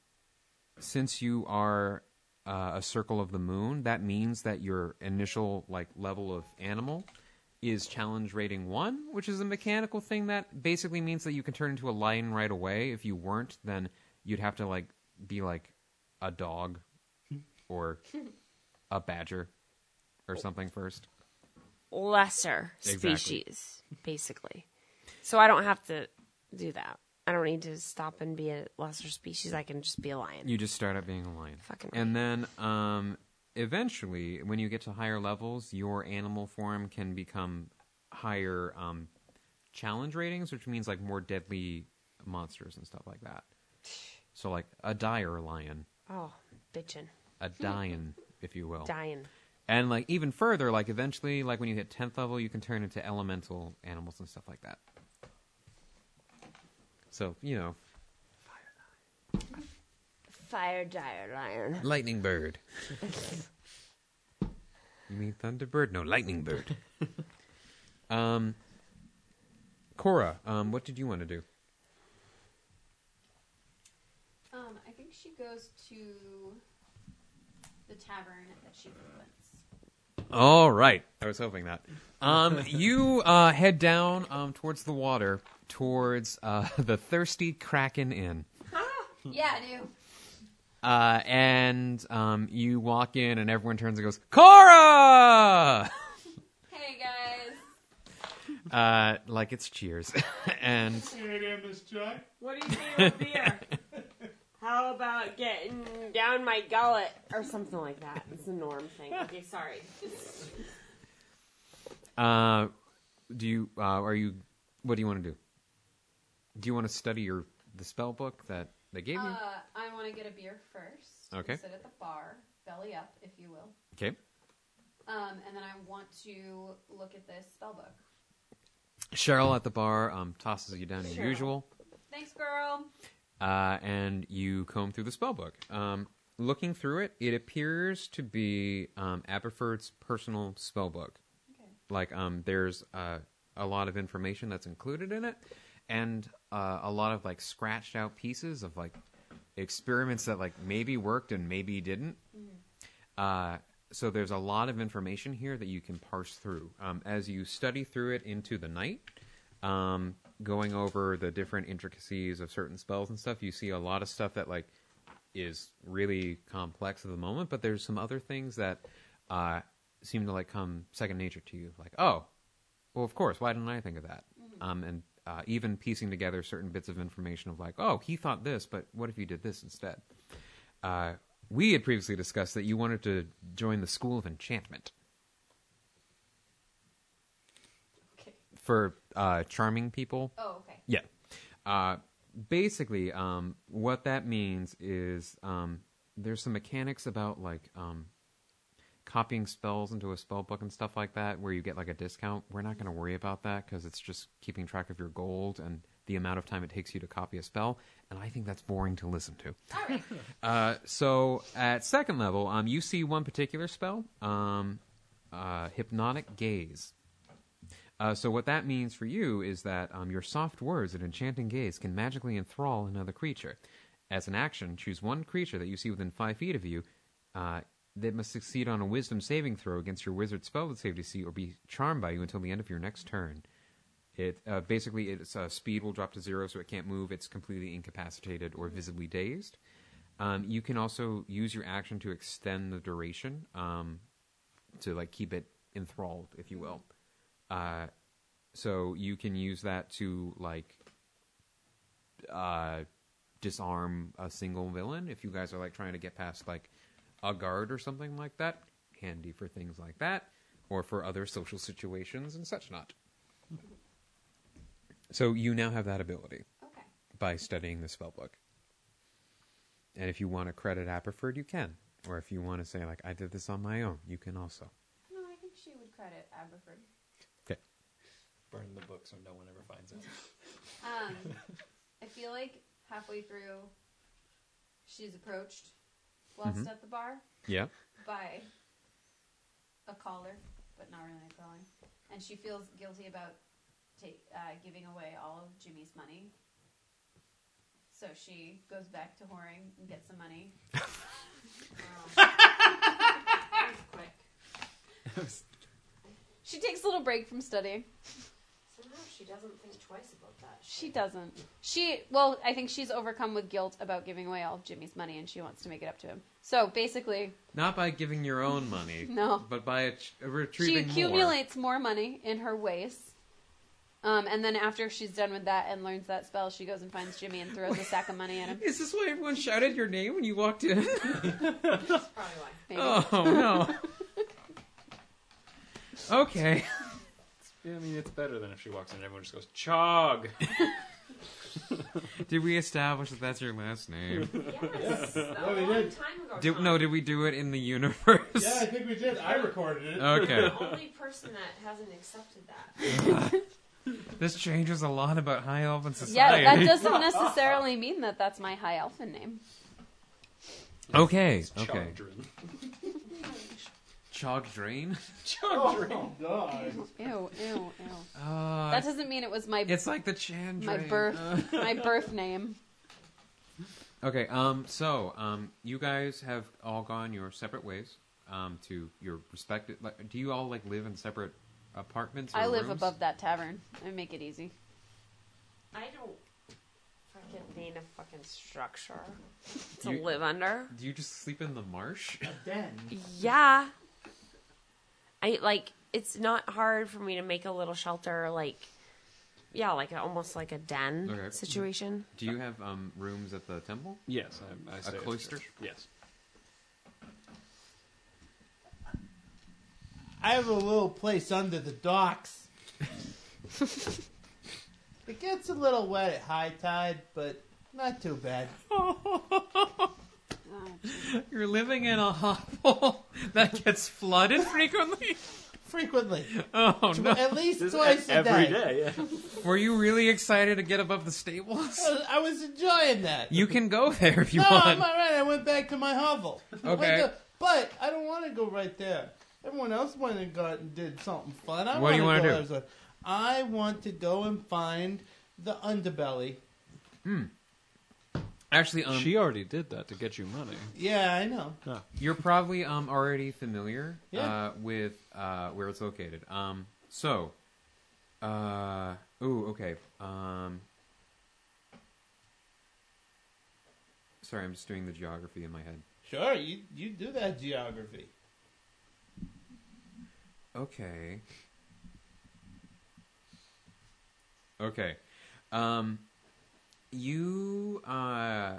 [SPEAKER 1] since you are uh, a circle of the moon, that means that your initial like level of animal is challenge rating one, which is a mechanical thing that basically means that you can turn into a lion right away. If you weren't, then you'd have to like be like a dog or a badger or something first.
[SPEAKER 5] lesser
[SPEAKER 1] Exactly.
[SPEAKER 5] species, basically. So I don't have to do that. I don't need to stop and be a lesser species. I can just be a lion.
[SPEAKER 1] You just start out being a lion.
[SPEAKER 5] Fucking
[SPEAKER 1] and then um, eventually, when you get to higher levels, your animal form can become higher um, challenge ratings, which means like more deadly monsters and stuff like that. So, like a dire lion,
[SPEAKER 5] oh, bitchin',
[SPEAKER 1] a dying, if you will.
[SPEAKER 5] Hmm. dying.
[SPEAKER 1] And like even further, like eventually, like when you hit tenth level, you can turn into elemental animals and stuff like that. So you know,
[SPEAKER 5] Fire dire lion.
[SPEAKER 1] Lightning bird. you mean thunderbird? No, lightning bird. um, Cora, um, what did you want to do?
[SPEAKER 4] Um, I think she goes to the tavern that she frequents.
[SPEAKER 1] All right, I was hoping that. Um, you uh, head down um, towards the water, towards uh, the thirsty Kraken Inn. Hmm.
[SPEAKER 4] yeah, I do.
[SPEAKER 1] Uh, and um, you walk in, and everyone turns and goes, "Cora!"
[SPEAKER 4] Hey guys.
[SPEAKER 1] Uh, like it's cheers, and
[SPEAKER 5] What do you say with beer? How about getting down my gullet or something like that? It's a norm thing. Okay, sorry.
[SPEAKER 1] Uh, do you uh, are you what do you want to do? Do you want to study your the spell book that they gave you?
[SPEAKER 4] Uh, I want to get a beer first.
[SPEAKER 1] Okay.
[SPEAKER 4] Sit at the bar, belly up, if you will.
[SPEAKER 1] Okay.
[SPEAKER 4] Um, and then I want to look at this spell book.
[SPEAKER 1] Cheryl at the bar um, tosses you down your
[SPEAKER 4] Cheryl.
[SPEAKER 1] usual,
[SPEAKER 4] Thanks, girl.
[SPEAKER 1] uh, and you comb through the spell book. Um, looking through it, it appears to be um, Aberford's personal spell book.
[SPEAKER 4] Okay.
[SPEAKER 1] like um there's uh, a lot of information that's included in it and uh, a lot of like scratched out pieces of like experiments that like maybe worked and maybe didn't uh, so there's a lot of information here that you can parse through um, as you study through it into the night um, going over the different intricacies of certain spells and stuff you see a lot of stuff that like is really complex at the moment, but there's some other things that uh, seem to like come second nature to you. Like, oh, well, of course, why didn't I think of that? Um, and uh, even piecing together certain bits of information of like, oh, he thought this, but what if you did this instead? Uh, we had previously discussed that you wanted to join the School of Enchantment
[SPEAKER 4] Okay.
[SPEAKER 1] for uh, charming people.
[SPEAKER 4] Oh, okay.
[SPEAKER 1] Yeah. Uh, basically, um, what that means is um, there's some mechanics about like um, copying spells into a spell book and stuff like that, where you get like a discount. We're not going to worry about that because it's just keeping track of your gold and the amount of time it takes you to copy a spell. And I think that's boring to listen to.
[SPEAKER 4] All right.
[SPEAKER 1] Uh, so at second level, um, you see one particular spell, um, uh, hypnotic gaze. Uh, so what that means for you is that um, your soft words and enchanting gaze can magically enthrall another creature. As an action, choose one creature that you see within five feet of you. Uh, that must succeed on a Wisdom saving throw against your wizard spell save DC, or be charmed by you until the end of your next turn. It uh, basically its uh, speed will drop to zero, so it can't move. It's completely incapacitated or visibly dazed. Um, you can also use your action to extend the duration um, to like keep it enthralled, if you will. Uh, so you can use that to like uh, disarm a single villain if you guys are like trying to get past like a guard or something like that. Handy for things like that, or for other social situations and such not. So you now have that ability
[SPEAKER 4] Okay.
[SPEAKER 1] by studying the spell book. And if you want to credit Aberford, you can. Or if you want to say, like, I did this on my own, you can also.
[SPEAKER 4] No, I think she would credit Aberford.
[SPEAKER 1] Okay.
[SPEAKER 3] Burn the book so no one ever finds out.
[SPEAKER 4] Um, I feel like halfway through, she's approached whilst
[SPEAKER 1] Mhm.
[SPEAKER 4] at the bar
[SPEAKER 1] Yeah.
[SPEAKER 4] by a caller, but not really a calling, and she feels guilty about ta- uh, giving away all of Jimmy's money. So she goes back to whoring and gets some money. Um, that was quick.
[SPEAKER 2] She takes a little break from studying.
[SPEAKER 4] Somehow she doesn't think twice about that. She doesn't. She well, I think she's overcome with guilt about giving away all of Jimmy's money, and she wants to make it up to him. So basically,
[SPEAKER 1] Not by giving your own money,
[SPEAKER 4] No.
[SPEAKER 1] but by ach-
[SPEAKER 4] she
[SPEAKER 1] retrieving
[SPEAKER 4] accumulates more. money in her waist. Um, and then after she's done with that and learns that spell, she goes and finds Jimmy and throws a sack of money at him.
[SPEAKER 1] more. Is this why everyone shouted your name when you walked in?
[SPEAKER 5] That's probably why.
[SPEAKER 4] Maybe.
[SPEAKER 1] oh, no. Okay.
[SPEAKER 3] Yeah, I mean, it's better than if she walks in and everyone just goes, Chog!
[SPEAKER 1] Did we establish that that's your last name?
[SPEAKER 5] Yes, a
[SPEAKER 6] Yeah, we
[SPEAKER 5] long
[SPEAKER 6] did.
[SPEAKER 5] time ago.
[SPEAKER 1] Did,
[SPEAKER 5] Tom.
[SPEAKER 1] no, did we do it in the universe?
[SPEAKER 6] Yeah, I think we did. I recorded it.
[SPEAKER 1] Okay.
[SPEAKER 5] The only person that hasn't accepted that.
[SPEAKER 1] This changes a lot about high elf and society.
[SPEAKER 2] Yeah, that doesn't necessarily mean that that's my high elfin name.
[SPEAKER 1] Okay. Okay.
[SPEAKER 3] Chogdrin.
[SPEAKER 1] Chog drain.
[SPEAKER 6] Oh, God.
[SPEAKER 2] Ew, ew, ew.
[SPEAKER 1] Uh,
[SPEAKER 2] That doesn't mean it was my
[SPEAKER 1] It's like the Chan
[SPEAKER 2] my
[SPEAKER 1] drain.
[SPEAKER 2] birth
[SPEAKER 1] Uh.
[SPEAKER 2] my birth name.
[SPEAKER 1] Okay, um, so um, you guys have all gone your separate ways um, to your respective. Like, do you all like live in separate apartments? Or
[SPEAKER 2] I live
[SPEAKER 1] rooms?
[SPEAKER 2] above that tavern. I make it easy.
[SPEAKER 5] I don't fucking need a fucking structure to
[SPEAKER 1] You-
[SPEAKER 5] live under.
[SPEAKER 1] Do you just sleep in the marsh?
[SPEAKER 6] Then.
[SPEAKER 5] Yeah. I like it's not hard for me to make a little shelter like yeah, like a, almost like a den
[SPEAKER 1] Okay. Mm-hmm.
[SPEAKER 5] situation.
[SPEAKER 1] Do you have um, rooms at the temple?
[SPEAKER 3] Yes, I, I stay at-
[SPEAKER 1] cloister?
[SPEAKER 3] Yes.
[SPEAKER 6] I have a little place under the docks. it gets a little wet at high tide, but Not too bad. Oh,
[SPEAKER 1] You're living in a hovel that gets flooded frequently.
[SPEAKER 6] Frequently.
[SPEAKER 1] Oh no!
[SPEAKER 6] At least
[SPEAKER 3] This is
[SPEAKER 6] twice
[SPEAKER 3] e-
[SPEAKER 6] a
[SPEAKER 3] every
[SPEAKER 6] day.
[SPEAKER 3] day. Yeah.
[SPEAKER 1] Were you really excited to get above the stables?
[SPEAKER 6] I- I was enjoying that.
[SPEAKER 1] You can go there if you
[SPEAKER 6] no, I'm
[SPEAKER 1] want.
[SPEAKER 6] all right. I went back to my hovel. I went
[SPEAKER 1] Okay.
[SPEAKER 6] to- but I don't want to go right there. Everyone else went and got and did something fun. I
[SPEAKER 1] What do you
[SPEAKER 6] want
[SPEAKER 1] wanna
[SPEAKER 6] to
[SPEAKER 1] do?
[SPEAKER 6] do? I want to go and find the underbelly.
[SPEAKER 1] Actually, um,
[SPEAKER 7] she already did that to get you money.
[SPEAKER 6] Yeah, I know.
[SPEAKER 1] you're probably um already familiar
[SPEAKER 6] Yeah.
[SPEAKER 1] uh, with uh, where it's located. Um, so, uh, ooh, okay. Um, sorry, I'm just doing the geography in my head.
[SPEAKER 6] Sure, you you do that geography.
[SPEAKER 1] Okay. Okay. Um, you uh,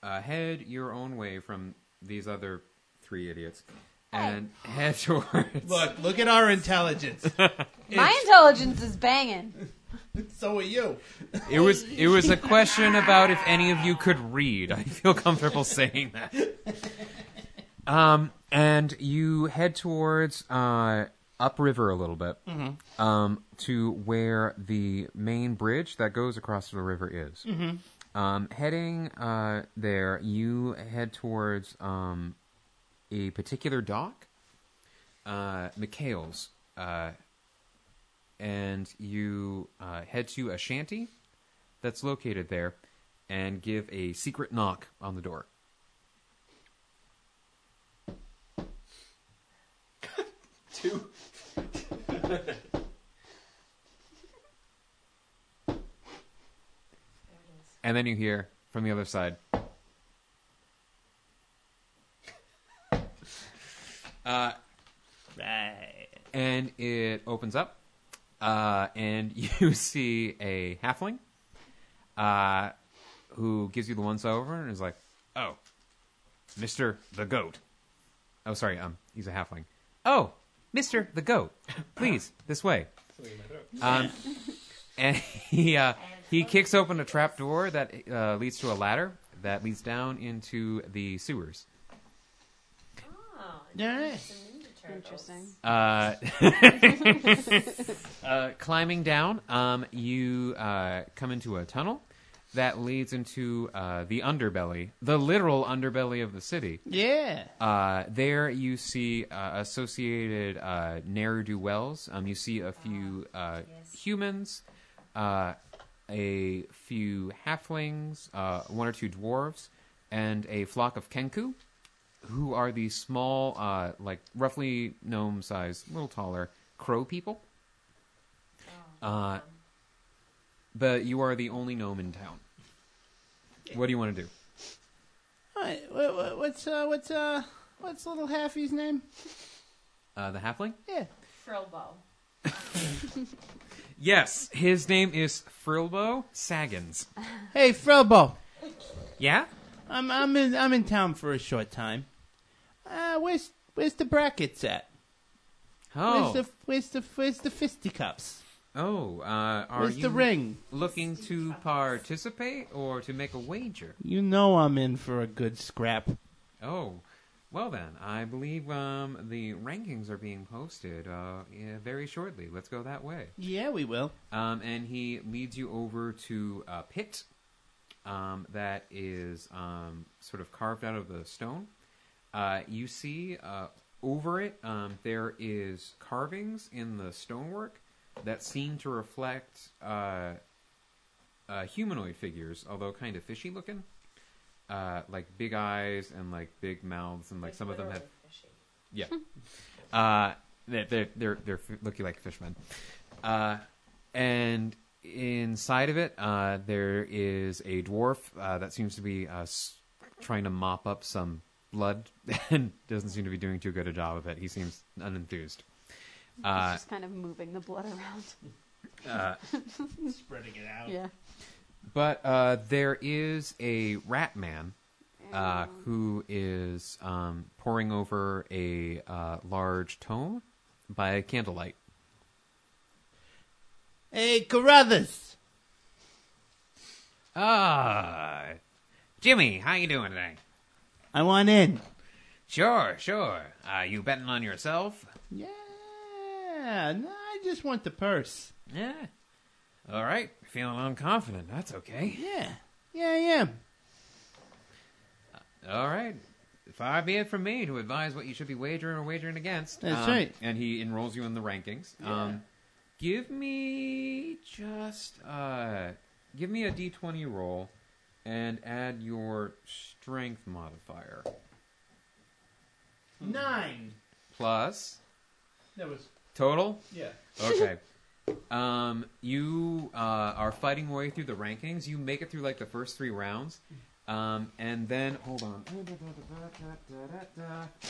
[SPEAKER 1] uh, head your own way from these other three idiots and head towards.
[SPEAKER 6] Look, look at our intelligence.
[SPEAKER 4] My intelligence is banging.
[SPEAKER 6] so are you.
[SPEAKER 1] It was it was a question about if any of you could read. I feel comfortable saying that. Um, and you head towards uh, upriver a little bit, um, to where the main bridge that goes across the river is. Um, heading uh, there, you head towards um, a particular dock, uh, Mikhail's, uh, and you uh, head to a shanty that's located there and give a secret knock on the door.
[SPEAKER 3] Two.
[SPEAKER 1] And then you hear from the other side. Uh, and it opens up, uh, and you see a halfling uh, who gives you the once over and is like, "Oh, Mister the Goat." Oh, sorry, um, he's a halfling. Oh, Mister the Goat, please this way. Um, and he uh, he kicks open a trap door that uh, leads to a ladder that leads down into the sewers.
[SPEAKER 2] Interesting.
[SPEAKER 1] Uh, uh, climbing down, um, you uh, come into a tunnel that leads into uh, the underbelly, the literal underbelly of the city.
[SPEAKER 6] Yeah.
[SPEAKER 1] Uh, there you see uh, associated uh, ne'er do wells. Um, you see a few uh, humans, uh, a few halflings, uh, one or two dwarves, and a flock of kenku, who are these small, uh, like roughly gnome sized, little taller crow people. Uh, but you are the only gnome in town. What do you want to do?
[SPEAKER 6] All right. What, what, what's uh what's uh what's little Halfy's name?
[SPEAKER 1] Uh, the halfling?
[SPEAKER 6] Yeah.
[SPEAKER 4] Frilbo.
[SPEAKER 1] Yes, his name is Frilbo Saggins.
[SPEAKER 6] Hey, Frobo.
[SPEAKER 1] Yeah?
[SPEAKER 6] I'm I'm in I'm in town for a short time. Uh, where's where's the brackets at?
[SPEAKER 1] Oh,
[SPEAKER 6] Where's the where's the where's the fisticuffs?
[SPEAKER 1] oh. Uh, are
[SPEAKER 6] Where's
[SPEAKER 1] you
[SPEAKER 6] the ring?
[SPEAKER 1] looking to participate or to make a wager?
[SPEAKER 6] You know I'm in for a good scrap.
[SPEAKER 1] Oh, well then, I believe um, the rankings are being posted uh, yeah, very shortly. Let's go that way.
[SPEAKER 6] Yeah, we will.
[SPEAKER 1] Um, and he leads you over to a pit um, that is um, sort of carved out of the stone. Uh, you see uh, over it um, there is carvings in the stonework that seem to reflect uh, uh, humanoid figures, although kind of fishy looking. Uh, like big eyes and like big mouths, and like, some of them have yeah. uh, they're, they're, they're, they're f- looking like fishmen. Uh, and inside of it, uh, there is a dwarf uh, that seems to be uh, s- trying to mop up some blood and doesn't seem to be doing too good a job of it. He seems unenthused.
[SPEAKER 2] He's
[SPEAKER 1] Uh,
[SPEAKER 2] just kind of moving the blood around.
[SPEAKER 1] uh,
[SPEAKER 6] Spreading it out.
[SPEAKER 2] Yeah.
[SPEAKER 1] but uh, there is a rat man uh, who is um, poring over a uh, large tome by candlelight.
[SPEAKER 6] Hey, Carruthers.
[SPEAKER 1] Ah, Jimmy, how you doing today?
[SPEAKER 6] I want in.
[SPEAKER 1] Sure, sure. Uh, you betting on yourself?
[SPEAKER 6] Yeah. No, I just want the purse.
[SPEAKER 1] Yeah. All right. Feeling unconfident. That's okay.
[SPEAKER 6] Yeah. Yeah, I am.
[SPEAKER 1] All right. Far be it from me to advise what you should be wagering or wagering against.
[SPEAKER 6] That's
[SPEAKER 1] Um,
[SPEAKER 6] right.
[SPEAKER 1] And he enrolls you in the rankings. Um, give me just uh, give me a D twenty roll, and add your strength modifier
[SPEAKER 6] Nine.
[SPEAKER 1] plus
[SPEAKER 6] That was
[SPEAKER 1] total.
[SPEAKER 6] yeah.
[SPEAKER 1] Okay. um, you uh, are fighting your way through the rankings. You make it through like the first three rounds. Um, and then, hold on.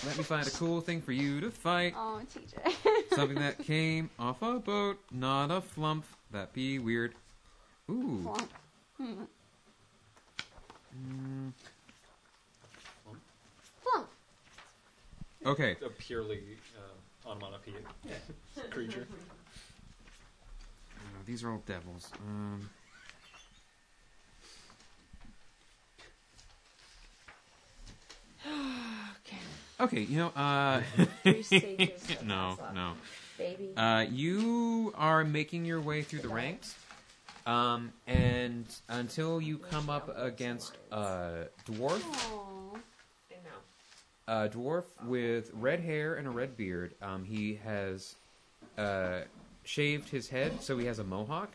[SPEAKER 1] Let me find a cool thing for you to fight.
[SPEAKER 4] Oh, TJ.
[SPEAKER 1] Something that came off a boat, not a flump. That'd be weird. Ooh.
[SPEAKER 4] Flump.
[SPEAKER 1] Okay.
[SPEAKER 3] A purely uh, onomatopoeic creature.
[SPEAKER 1] Uh, These are all devils. Um,
[SPEAKER 5] Okay.
[SPEAKER 1] okay, you know, uh,
[SPEAKER 5] Three stages. of
[SPEAKER 1] no,
[SPEAKER 5] Maslow,
[SPEAKER 1] no.
[SPEAKER 5] Baby.
[SPEAKER 1] Uh, you are making your way through the ranks, um, and until you come up against a dwarf,
[SPEAKER 4] Aw.
[SPEAKER 5] I know.
[SPEAKER 1] a dwarf with red hair and a red beard. Um, he has uh, shaved his head, so he has a mohawk,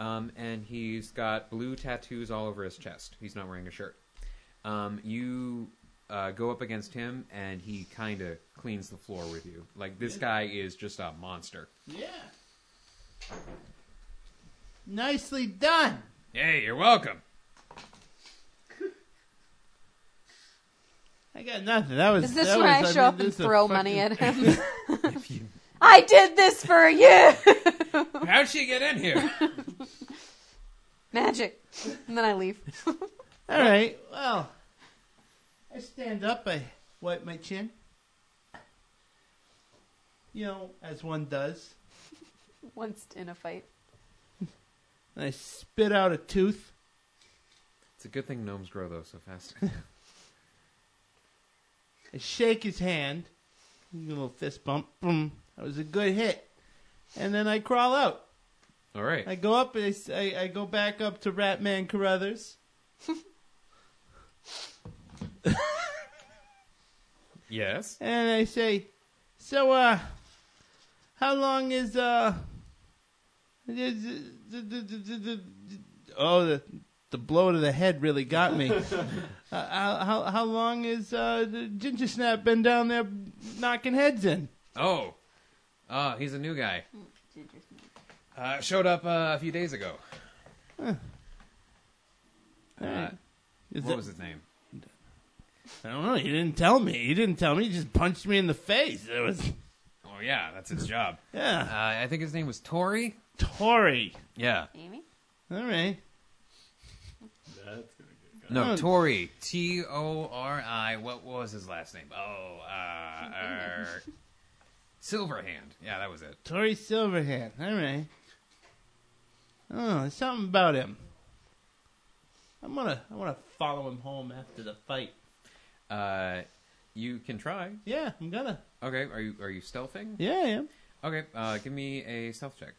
[SPEAKER 1] um, and he's got blue tattoos all over his chest. He's not wearing a shirt. Um, you uh, go up against him, and he kind of cleans the floor with you. Like this guy is just a monster.
[SPEAKER 6] Yeah. Nicely done.
[SPEAKER 1] Hey, you're welcome.
[SPEAKER 6] I got nothing. That was.
[SPEAKER 4] Is this
[SPEAKER 6] that
[SPEAKER 4] when
[SPEAKER 6] was,
[SPEAKER 4] I show
[SPEAKER 6] mean,
[SPEAKER 4] up and
[SPEAKER 6] this is a
[SPEAKER 4] throw
[SPEAKER 6] fucking-
[SPEAKER 4] money at him? I did this for you!
[SPEAKER 1] How'd she get in here?
[SPEAKER 4] Magic. And then I leave.
[SPEAKER 6] All right. Well, I stand up. I wipe my chin. You know, as one does.
[SPEAKER 4] Once in a fight.
[SPEAKER 6] And I spit out a tooth.
[SPEAKER 1] it's a good thing gnomes grow though so fast.
[SPEAKER 6] I shake his hand. A little fist bump. Boom. That was a good hit. And then I crawl out.
[SPEAKER 1] All right.
[SPEAKER 6] I go up and I s- I, I go back up to Ratman Carruthers.
[SPEAKER 1] yes.
[SPEAKER 6] And I say, so, uh, how long is, uh, is- d- d- d- d- d- d- oh, the, the blow to the head really got me. uh, how, how, how long is, uh, the Ginger Snap been down there knocking heads in?
[SPEAKER 1] Oh. Uh, he's a new guy. Uh, showed up uh, a few days ago. Uh,
[SPEAKER 6] Is
[SPEAKER 1] what
[SPEAKER 6] it-
[SPEAKER 1] was his name?
[SPEAKER 6] I don't know. He didn't tell me. He didn't tell me. He just punched me in the face. It was,
[SPEAKER 1] Oh yeah, that's his job. Uh,
[SPEAKER 6] yeah.
[SPEAKER 1] I think his name was Tori.
[SPEAKER 6] Tory.
[SPEAKER 1] Yeah.
[SPEAKER 4] Amy?
[SPEAKER 6] All right.
[SPEAKER 3] That's gonna get good.
[SPEAKER 1] No,
[SPEAKER 6] Oh.
[SPEAKER 1] Tori. T O R I. What was his last name? Oh, uh, er, Silverhand. Yeah, that was it.
[SPEAKER 6] Tory Silverhand. All right. Oh, there's something about him. I'm gonna, I wanna follow him home after the fight.
[SPEAKER 1] Uh, you can try.
[SPEAKER 6] Yeah, I'm gonna.
[SPEAKER 1] Okay. Are you are you stealthing?
[SPEAKER 6] Yeah, I am.
[SPEAKER 1] Okay. Uh, give me a stealth check.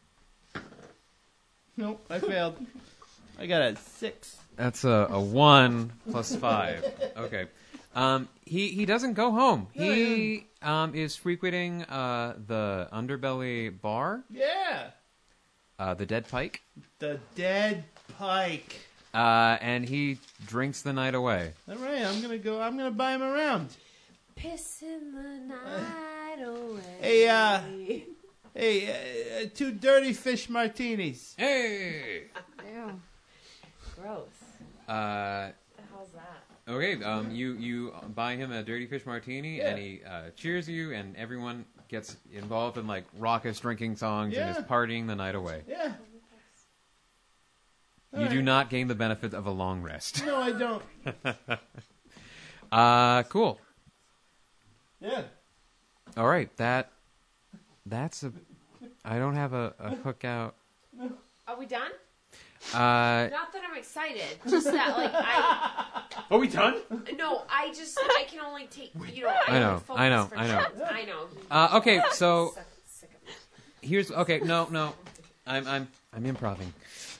[SPEAKER 6] Nope, I failed. I got a six.
[SPEAKER 1] That's a, a one plus five. Okay. Um, he he doesn't go home. He um, is frequenting uh, the underbelly bar,
[SPEAKER 6] Yeah.
[SPEAKER 1] uh, the Dead Pike,
[SPEAKER 6] The dead pike.
[SPEAKER 1] uh, and he drinks the night away.
[SPEAKER 6] All right, I'm gonna go. I'm gonna buy him around.
[SPEAKER 5] Pissing the night away.
[SPEAKER 6] Hey, uh, hey, uh, two dirty fish martinis.
[SPEAKER 1] Hey.
[SPEAKER 4] Ew.
[SPEAKER 5] Gross.
[SPEAKER 1] Uh,
[SPEAKER 5] The hell's that?
[SPEAKER 1] okay. Um, you you buy him a dirty fish martini, and
[SPEAKER 6] Yeah.
[SPEAKER 1] he uh, cheers you, and everyone gets involved in like raucous drinking songs and
[SPEAKER 6] Yeah.
[SPEAKER 1] is partying the night away.
[SPEAKER 6] Yeah. All
[SPEAKER 1] you do
[SPEAKER 6] right.
[SPEAKER 1] not gain the benefit of a long rest.
[SPEAKER 6] No, I don't.
[SPEAKER 1] Uh, cool.
[SPEAKER 6] Yeah.
[SPEAKER 1] All right, that that's a. I don't have a, a hookout.
[SPEAKER 5] Are we done?
[SPEAKER 1] Uh,
[SPEAKER 5] Not that I'm excited, just that like I
[SPEAKER 3] Are we done?
[SPEAKER 5] no, I just I can only take you know.
[SPEAKER 1] I know,
[SPEAKER 5] only
[SPEAKER 1] I know,
[SPEAKER 5] focus for
[SPEAKER 1] I know.
[SPEAKER 5] ten- I know.
[SPEAKER 1] uh, okay, so
[SPEAKER 5] Suck- sick of it.
[SPEAKER 1] here's okay. No, no, I'm I'm I'm improving.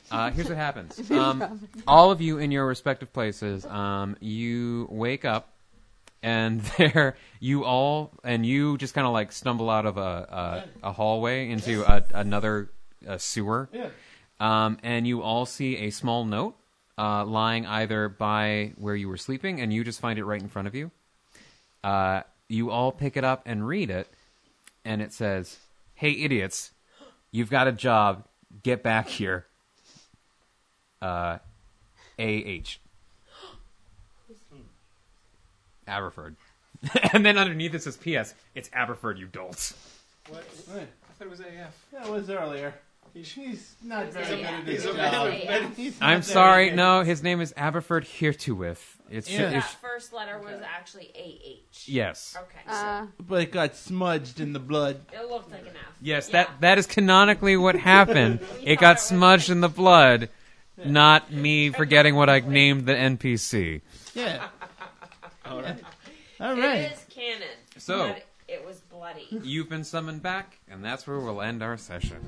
[SPEAKER 1] Uh, here's what happens. Um, all of you in your respective places, um, you wake up, and there you all and you just kind of like stumble out of a a, a hallway into a, another uh sewer.
[SPEAKER 6] Yeah.
[SPEAKER 1] Um, and you all see a small note uh, lying either by where you were sleeping, and you just find it right in front of you. Uh, you all pick it up and read it, and it says, "Hey idiots, you've got a job. Get back here." Uh, A H. Aberford. and then underneath it says P.S. It's Aberford, you dolts.
[SPEAKER 3] What?
[SPEAKER 6] Right.
[SPEAKER 3] I thought it was AF.
[SPEAKER 6] That was earlier. He's not very good
[SPEAKER 4] Yeah.
[SPEAKER 6] at his
[SPEAKER 4] He's a
[SPEAKER 6] job.
[SPEAKER 4] man of many-
[SPEAKER 6] He's not
[SPEAKER 1] I'm
[SPEAKER 6] very
[SPEAKER 1] sorry.
[SPEAKER 6] good.
[SPEAKER 1] No, his name is Aberford Heretowith. It's,
[SPEAKER 6] Yeah.
[SPEAKER 5] That
[SPEAKER 1] it's
[SPEAKER 5] first letter was actually A H.
[SPEAKER 1] yes.
[SPEAKER 5] Okay. So
[SPEAKER 2] Uh,
[SPEAKER 6] But it got smudged in the blood.
[SPEAKER 5] it looked like an F.
[SPEAKER 1] Yes,
[SPEAKER 5] Yeah.
[SPEAKER 1] that that is canonically what happened. it
[SPEAKER 5] thought it
[SPEAKER 1] got
[SPEAKER 5] was-
[SPEAKER 1] smudged in the blood, not me forgetting what I named the NPC.
[SPEAKER 6] Yeah.
[SPEAKER 3] All right.
[SPEAKER 6] All
[SPEAKER 5] It
[SPEAKER 6] right.
[SPEAKER 5] is canon.
[SPEAKER 1] So-
[SPEAKER 5] but it was bloody.
[SPEAKER 1] You've been summoned back, and that's where we'll end our session.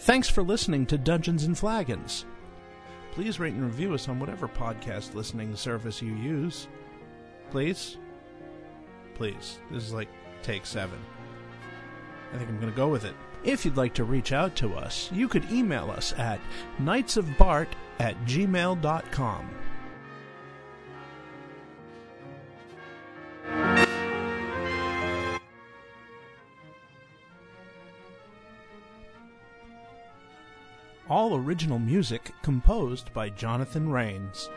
[SPEAKER 8] Thanks for listening to Dungeons and Flagons. Please rate and review us on whatever podcast listening service you use. Please. Please. This is like take seven. I think I'm going to go with it. If you'd like to reach out to us, you could email us at knightsofbart at gmail.com. All original music composed by Jonathan Rains.